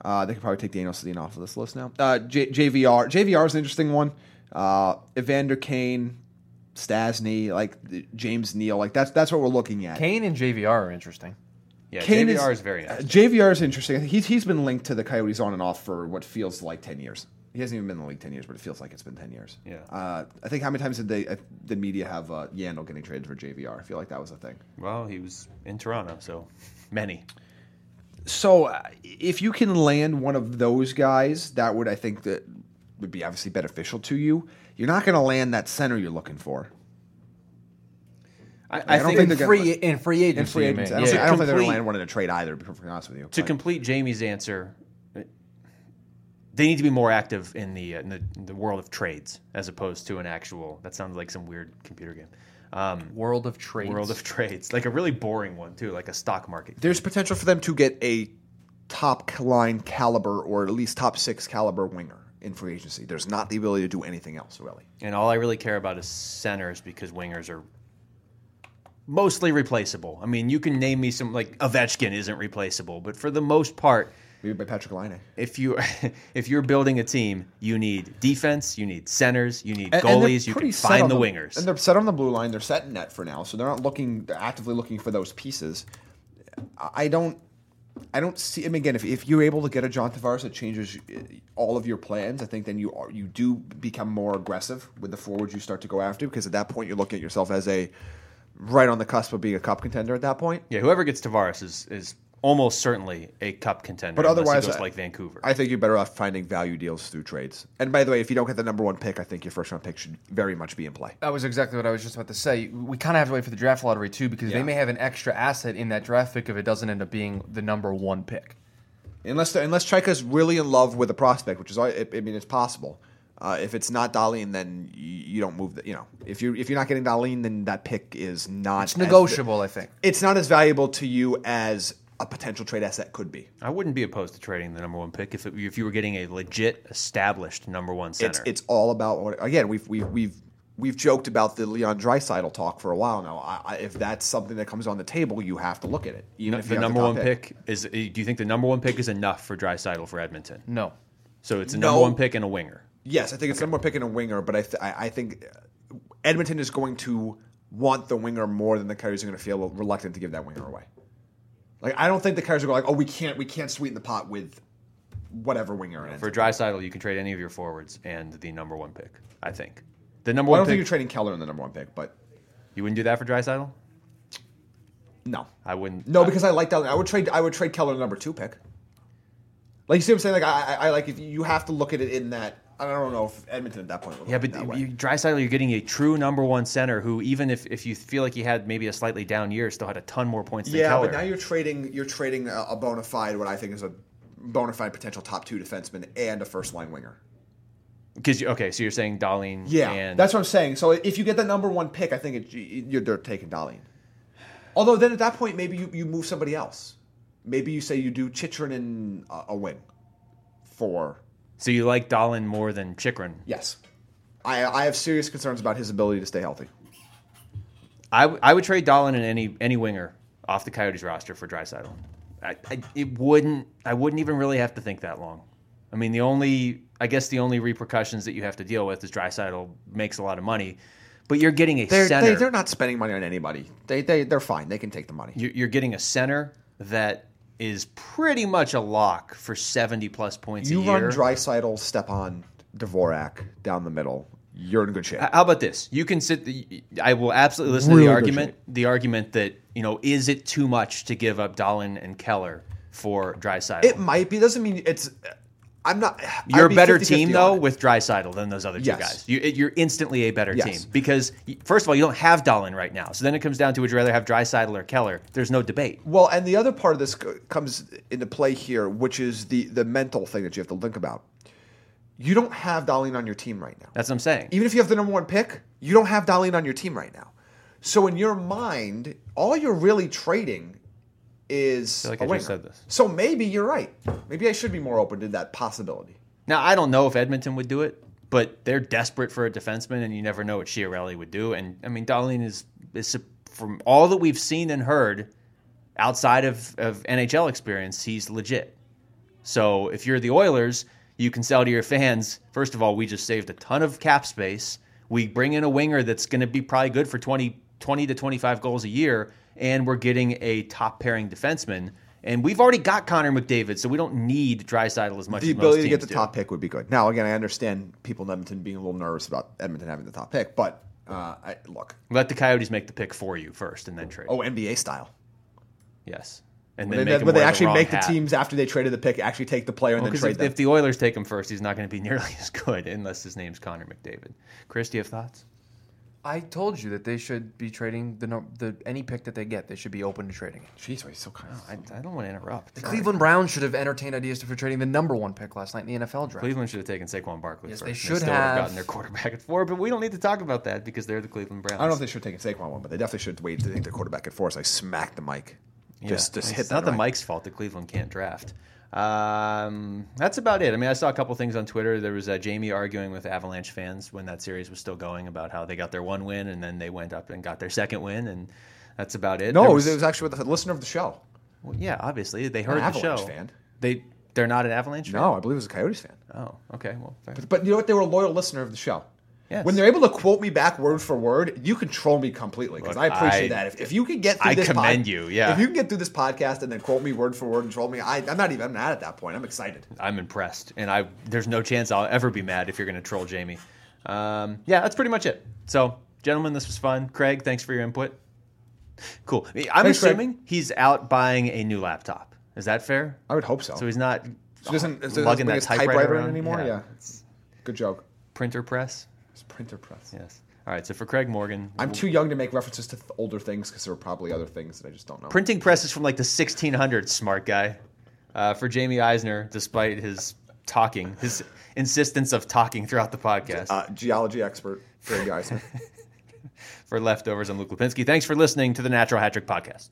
[SPEAKER 2] Uh, they could probably take Daniel Sedin off of this list now. Uh, J- JVR, JVR is an interesting one. Uh, Evander Kane, Stasny, like the- James Neal, like that's that's what we're looking at.
[SPEAKER 3] Kane and JVR are interesting.
[SPEAKER 1] Yeah,
[SPEAKER 2] Kane
[SPEAKER 1] JVR is, very
[SPEAKER 2] uh,
[SPEAKER 1] nice.
[SPEAKER 2] JVR is interesting. I think He's he's been linked to the Coyotes on and off for what feels like ten years. He hasn't even been in the league ten years, but it feels like it's been ten years.
[SPEAKER 1] Yeah.
[SPEAKER 2] Uh, I think how many times did they uh, the media have uh, Yandel getting traded for JVR? I feel like that was a thing.
[SPEAKER 1] Well, he was in Toronto, so many.
[SPEAKER 2] So uh, if you can land one of those guys, that would I think that would be obviously beneficial to you. You're not going to land that center you're looking for.
[SPEAKER 1] I,
[SPEAKER 2] I don't think
[SPEAKER 3] In
[SPEAKER 2] they're
[SPEAKER 3] free
[SPEAKER 2] gonna-
[SPEAKER 3] in free agency.
[SPEAKER 2] In free
[SPEAKER 3] you
[SPEAKER 2] agents, I
[SPEAKER 3] mean.
[SPEAKER 2] don't,
[SPEAKER 3] Yeah.
[SPEAKER 2] think, I don't think they're going to
[SPEAKER 1] complete-
[SPEAKER 2] land one in a trade either. To be perfectly honest with you,
[SPEAKER 1] to
[SPEAKER 2] Like,
[SPEAKER 1] complete Jamie's answer, they need to be more active in the uh, in the, in the world of trades as opposed to an actual. That sounds like some weird computer game. Um,
[SPEAKER 3] World of trade.
[SPEAKER 1] world of trades, like a really boring one too, like a stock market.
[SPEAKER 2] there's potential for them to get a top line caliber or at least top six caliber winger in free agency. There's not the ability to do anything else really.
[SPEAKER 1] And all I really care about is centers because wingers are mostly replaceable. I mean, you can name me some like Ovechkin isn't replaceable, but for the most part,
[SPEAKER 2] Maybe by Patrick Line.
[SPEAKER 1] if you if you're building a team, you need defense, you need centers, you need goalies, you can find the, wingers.
[SPEAKER 2] And they're set on the blue line. They're set in net for now, so they're not looking they're actively looking for those pieces. I I don't I don't see. I mean, again, if, if you're able to get a John Tavares that changes uh, all of your plans, I think then you are you do become more aggressive with the forwards you start to go after because at that point you're looking at yourself as a right on the cusp of being a cup contender at that point.
[SPEAKER 1] Yeah, whoever gets Tavares is is almost certainly a cup contender.
[SPEAKER 2] But
[SPEAKER 1] unless he
[SPEAKER 2] otherwise,
[SPEAKER 1] goes
[SPEAKER 2] I-
[SPEAKER 1] like Vancouver.
[SPEAKER 2] I think you're better off finding value deals through trades. And by the way, if you don't get the number one pick, I think your first round pick should very much be in play.
[SPEAKER 3] That was exactly what I was just about to say. We kind of have to wait for the draft lottery too, because they may have an extra asset in that draft pick if it doesn't end up being the number one pick.
[SPEAKER 2] Unless unless Chaika's really in love with a prospect, which is I I mean it's possible. Uh, if it's not Darlene, then you, you don't move. The, you know, if you if you're not getting Darlene, then that pick is not
[SPEAKER 3] It's
[SPEAKER 2] as-
[SPEAKER 3] negotiable, I think.
[SPEAKER 2] it's not as valuable to you as a potential trade asset could be.
[SPEAKER 1] I wouldn't be opposed to trading the number one pick if it, if you were getting a legit established number one center.
[SPEAKER 2] It's it's all about what again we've we've we've we've joked about the Leon Dreisidel talk for a while now. I, I, if that's something that comes on the table, you have to look at it. Even
[SPEAKER 1] No,
[SPEAKER 2] if you
[SPEAKER 1] the
[SPEAKER 2] have
[SPEAKER 1] number
[SPEAKER 2] top
[SPEAKER 1] one pick. is. Do you think the number one pick is enough for Drysidle for Edmonton?
[SPEAKER 3] No.
[SPEAKER 1] So it's a
[SPEAKER 2] No.
[SPEAKER 1] number one pick and a winger.
[SPEAKER 2] Yes, I think it's number one pick and a winger, but I, th- I I think uh, Edmonton is going to want the winger more than the Coyotes are going to feel reluctant to give that winger away. Like I don't think the Coyotes are going like, oh, we can't we can't sweeten the pot with whatever winger. it is.
[SPEAKER 1] For Drysidle, you can trade any of your forwards and the number one pick. I think the number
[SPEAKER 2] Well, I
[SPEAKER 1] one
[SPEAKER 2] don't
[SPEAKER 1] pick.
[SPEAKER 2] think
[SPEAKER 1] You,
[SPEAKER 2] you're trading Keller in the number one pick, but
[SPEAKER 1] wouldn't do that for Drysidle.
[SPEAKER 2] no,
[SPEAKER 1] I wouldn't.
[SPEAKER 2] no, because I like that. I would trade I would trade Keller in the number two pick. Like you see what I'm saying? Like I I, I like if you have to look at it in that. I don't know if Edmonton at that point. Would
[SPEAKER 1] Yeah,
[SPEAKER 2] look at it that
[SPEAKER 1] but
[SPEAKER 2] way.
[SPEAKER 1] you, Drysdale, you're getting a true number one center who, even if, if you feel like he had maybe a slightly down year, still had a ton more points than
[SPEAKER 2] Yeah,
[SPEAKER 1] Keller.
[SPEAKER 2] but now you're trading you're trading a, a bona fide what I think is a bona fide potential top two defenseman and a first line winger.
[SPEAKER 1] Because you, okay, so you're saying Darlene.
[SPEAKER 2] Yeah,
[SPEAKER 1] and
[SPEAKER 2] that's what I'm saying. So if you get the number one pick, I think it, you're they're taking Darlene. Although then at that point maybe you, you move somebody else. Maybe you say you do Chitrin and uh, a, a wing for
[SPEAKER 1] so you like Darlene more than Chikrin.
[SPEAKER 2] yes. I I have serious concerns about his ability to stay healthy.
[SPEAKER 1] I, w- I would trade Dolan and any any winger off the Coyotes roster for Drysdale. I, I it wouldn't I wouldn't even really have to think that long. I mean the only I guess the only repercussions that you have to deal with is Drysdale makes a lot of money, but you're getting a
[SPEAKER 2] They're
[SPEAKER 1] center.
[SPEAKER 2] they, they're not spending money on anybody. They they they're fine. They can take the money.
[SPEAKER 1] you're, you're getting a center that is pretty much a lock for seventy plus points
[SPEAKER 2] You
[SPEAKER 1] a year.
[SPEAKER 2] run Drysital, Stepan, Dvorak down the middle. You're in good shape.
[SPEAKER 1] How about this? You can sit. I will absolutely listen to
[SPEAKER 2] Really
[SPEAKER 1] the
[SPEAKER 2] good
[SPEAKER 1] argument.
[SPEAKER 2] shape.
[SPEAKER 1] The argument that you know is it too much to give up Dolan and Keller for Dryside?
[SPEAKER 2] It might be. Doesn't mean it's. I'm not.
[SPEAKER 1] You're
[SPEAKER 2] I'd
[SPEAKER 1] a
[SPEAKER 2] be
[SPEAKER 1] better
[SPEAKER 2] 50-50
[SPEAKER 1] team
[SPEAKER 2] on
[SPEAKER 1] though
[SPEAKER 2] it.
[SPEAKER 1] with Drysidle than those other two
[SPEAKER 2] Yes.
[SPEAKER 1] guys. You, it- you're instantly a better
[SPEAKER 2] Yes.
[SPEAKER 1] team because y- first of all, you don't have Dolan right now. So then it comes down to would you rather have Drysidle or Keller? There's no debate.
[SPEAKER 2] Well, and the other part of this co- comes into play here, which is the the mental thing that you have to think about. You don't have Darlene on your team right now.
[SPEAKER 1] That's what I'm saying.
[SPEAKER 2] Even if you have the number one pick, you don't have Darlene on your team right now. So in your mind, all you're really trading is
[SPEAKER 1] like
[SPEAKER 2] a
[SPEAKER 1] I just
[SPEAKER 2] winger.
[SPEAKER 1] said this.
[SPEAKER 2] So maybe you're right. Maybe I should be more open to that possibility.
[SPEAKER 1] Now I don't know if Edmonton would do it, but they're desperate for a defenseman, and you never know what Chiarelli would do. And I mean, Darlene is is from all that we've seen and heard outside of, of NHL experience, he's legit. So if you're the Oilers, you can sell to your fans. First of all, we just saved a ton of cap space. We bring in a winger that's going to be probably good for 20, 20 to 25 goals a year, and we're getting a top pairing defenseman. And we've already got Connor McDavid, so we don't need Drysidle as much.
[SPEAKER 2] the
[SPEAKER 1] as most
[SPEAKER 2] ability to get
[SPEAKER 1] teams
[SPEAKER 2] the
[SPEAKER 1] do.
[SPEAKER 2] top pick would be good. Now, again, I understand people in Edmonton being a little nervous about Edmonton having the top pick, but uh, I, look,
[SPEAKER 1] Let the Coyotes make the pick for you first, and then trade.
[SPEAKER 2] oh NBA style.
[SPEAKER 1] yes, and
[SPEAKER 2] When
[SPEAKER 1] then
[SPEAKER 2] they,
[SPEAKER 1] make him
[SPEAKER 2] when they
[SPEAKER 1] wear
[SPEAKER 2] actually
[SPEAKER 1] wrong
[SPEAKER 2] make
[SPEAKER 1] hat.
[SPEAKER 2] the teams after they traded the pick actually take the player and then
[SPEAKER 1] Because
[SPEAKER 2] trade
[SPEAKER 1] if,
[SPEAKER 2] them.
[SPEAKER 1] if the Oilers take him first, he's not going to be nearly as good unless his name's Connor McDavid. Chris, do you have thoughts?
[SPEAKER 3] I told you that they should be trading the, num- the any pick that they get. They should be open to trading it.
[SPEAKER 2] Jeez, why he's so kind.
[SPEAKER 1] I, I don't want to interrupt.
[SPEAKER 3] The Cleveland Browns should have entertained ideas for trading the number one pick last night in the NFL draft.
[SPEAKER 1] Cleveland should have taken Saquon Barkley
[SPEAKER 3] Yes,
[SPEAKER 1] first.
[SPEAKER 3] they
[SPEAKER 1] and
[SPEAKER 3] should
[SPEAKER 1] still would
[SPEAKER 3] have.
[SPEAKER 1] gotten their quarterback at four, but we don't need to talk about that because they're the Cleveland Browns.
[SPEAKER 2] I don't know if they should take a Saquon one, but they definitely should wait to take their quarterback at force. I smacked the mic. Just, just
[SPEAKER 1] it's
[SPEAKER 2] hit that.
[SPEAKER 1] not the
[SPEAKER 2] right.
[SPEAKER 1] Mike's fault that Cleveland can't draft. Um, that's about it. I mean, I saw a couple things on Twitter. There was uh, Jamie arguing with Avalanche fans when that series was still going about how they got their one win and then they went up and got their second win, and that's about it.
[SPEAKER 2] No,
[SPEAKER 1] There
[SPEAKER 2] it was, it was actually with a listener of the show.
[SPEAKER 1] well, yeah, obviously they heard the show.
[SPEAKER 2] Avalanche fan.
[SPEAKER 1] They they're not an Avalanche.
[SPEAKER 2] No, I believe it was a Coyotes fan.
[SPEAKER 1] Fan? Oh, okay. Well, fair.
[SPEAKER 2] But you know what? They were a loyal listener of the show.
[SPEAKER 1] Yes.
[SPEAKER 2] When they're able to quote me back word for word, you control me completely because
[SPEAKER 1] Look,
[SPEAKER 2] I appreciate
[SPEAKER 1] I-
[SPEAKER 2] that. If, if you can get through
[SPEAKER 1] I
[SPEAKER 2] this
[SPEAKER 1] commend you, yeah.
[SPEAKER 2] If you can get through this podcast and then quote me word for word and troll me, I, I'm not even I'm mad at that point. I'm excited.
[SPEAKER 1] I'm impressed, and I there's no chance I'll ever be mad if you're going to troll Jamie. Um, yeah, that's pretty much it. So, gentlemen, this was fun. Craig, thanks for your input. Cool. I'm
[SPEAKER 2] Thanks, Craig.
[SPEAKER 1] assuming he's out buying a new laptop. Is that fair?
[SPEAKER 2] I would hope so.
[SPEAKER 1] So he's not
[SPEAKER 2] So doesn't- so doesn't
[SPEAKER 1] lugging that
[SPEAKER 2] bring his
[SPEAKER 1] typewriter,
[SPEAKER 2] typewriter in
[SPEAKER 1] around?
[SPEAKER 2] anymore? Yeah.
[SPEAKER 1] It's
[SPEAKER 2] Good joke.
[SPEAKER 1] Printer press.
[SPEAKER 2] It's printer press.
[SPEAKER 1] Yes. All right. So for Craig Morgan,
[SPEAKER 2] I'm too young to make references to th- older things because there were probably other things that I just don't know.
[SPEAKER 1] printing press is from like the 1600s. Smart guy. Uh, for Jamie Eisner, despite his talking, his insistence of talking throughout the podcast.
[SPEAKER 2] uh, geology expert, Greg Eisner.
[SPEAKER 1] for leftovers. I'm Luke Lipinski. Thanks for listening to the Natural Hat Trick Podcast.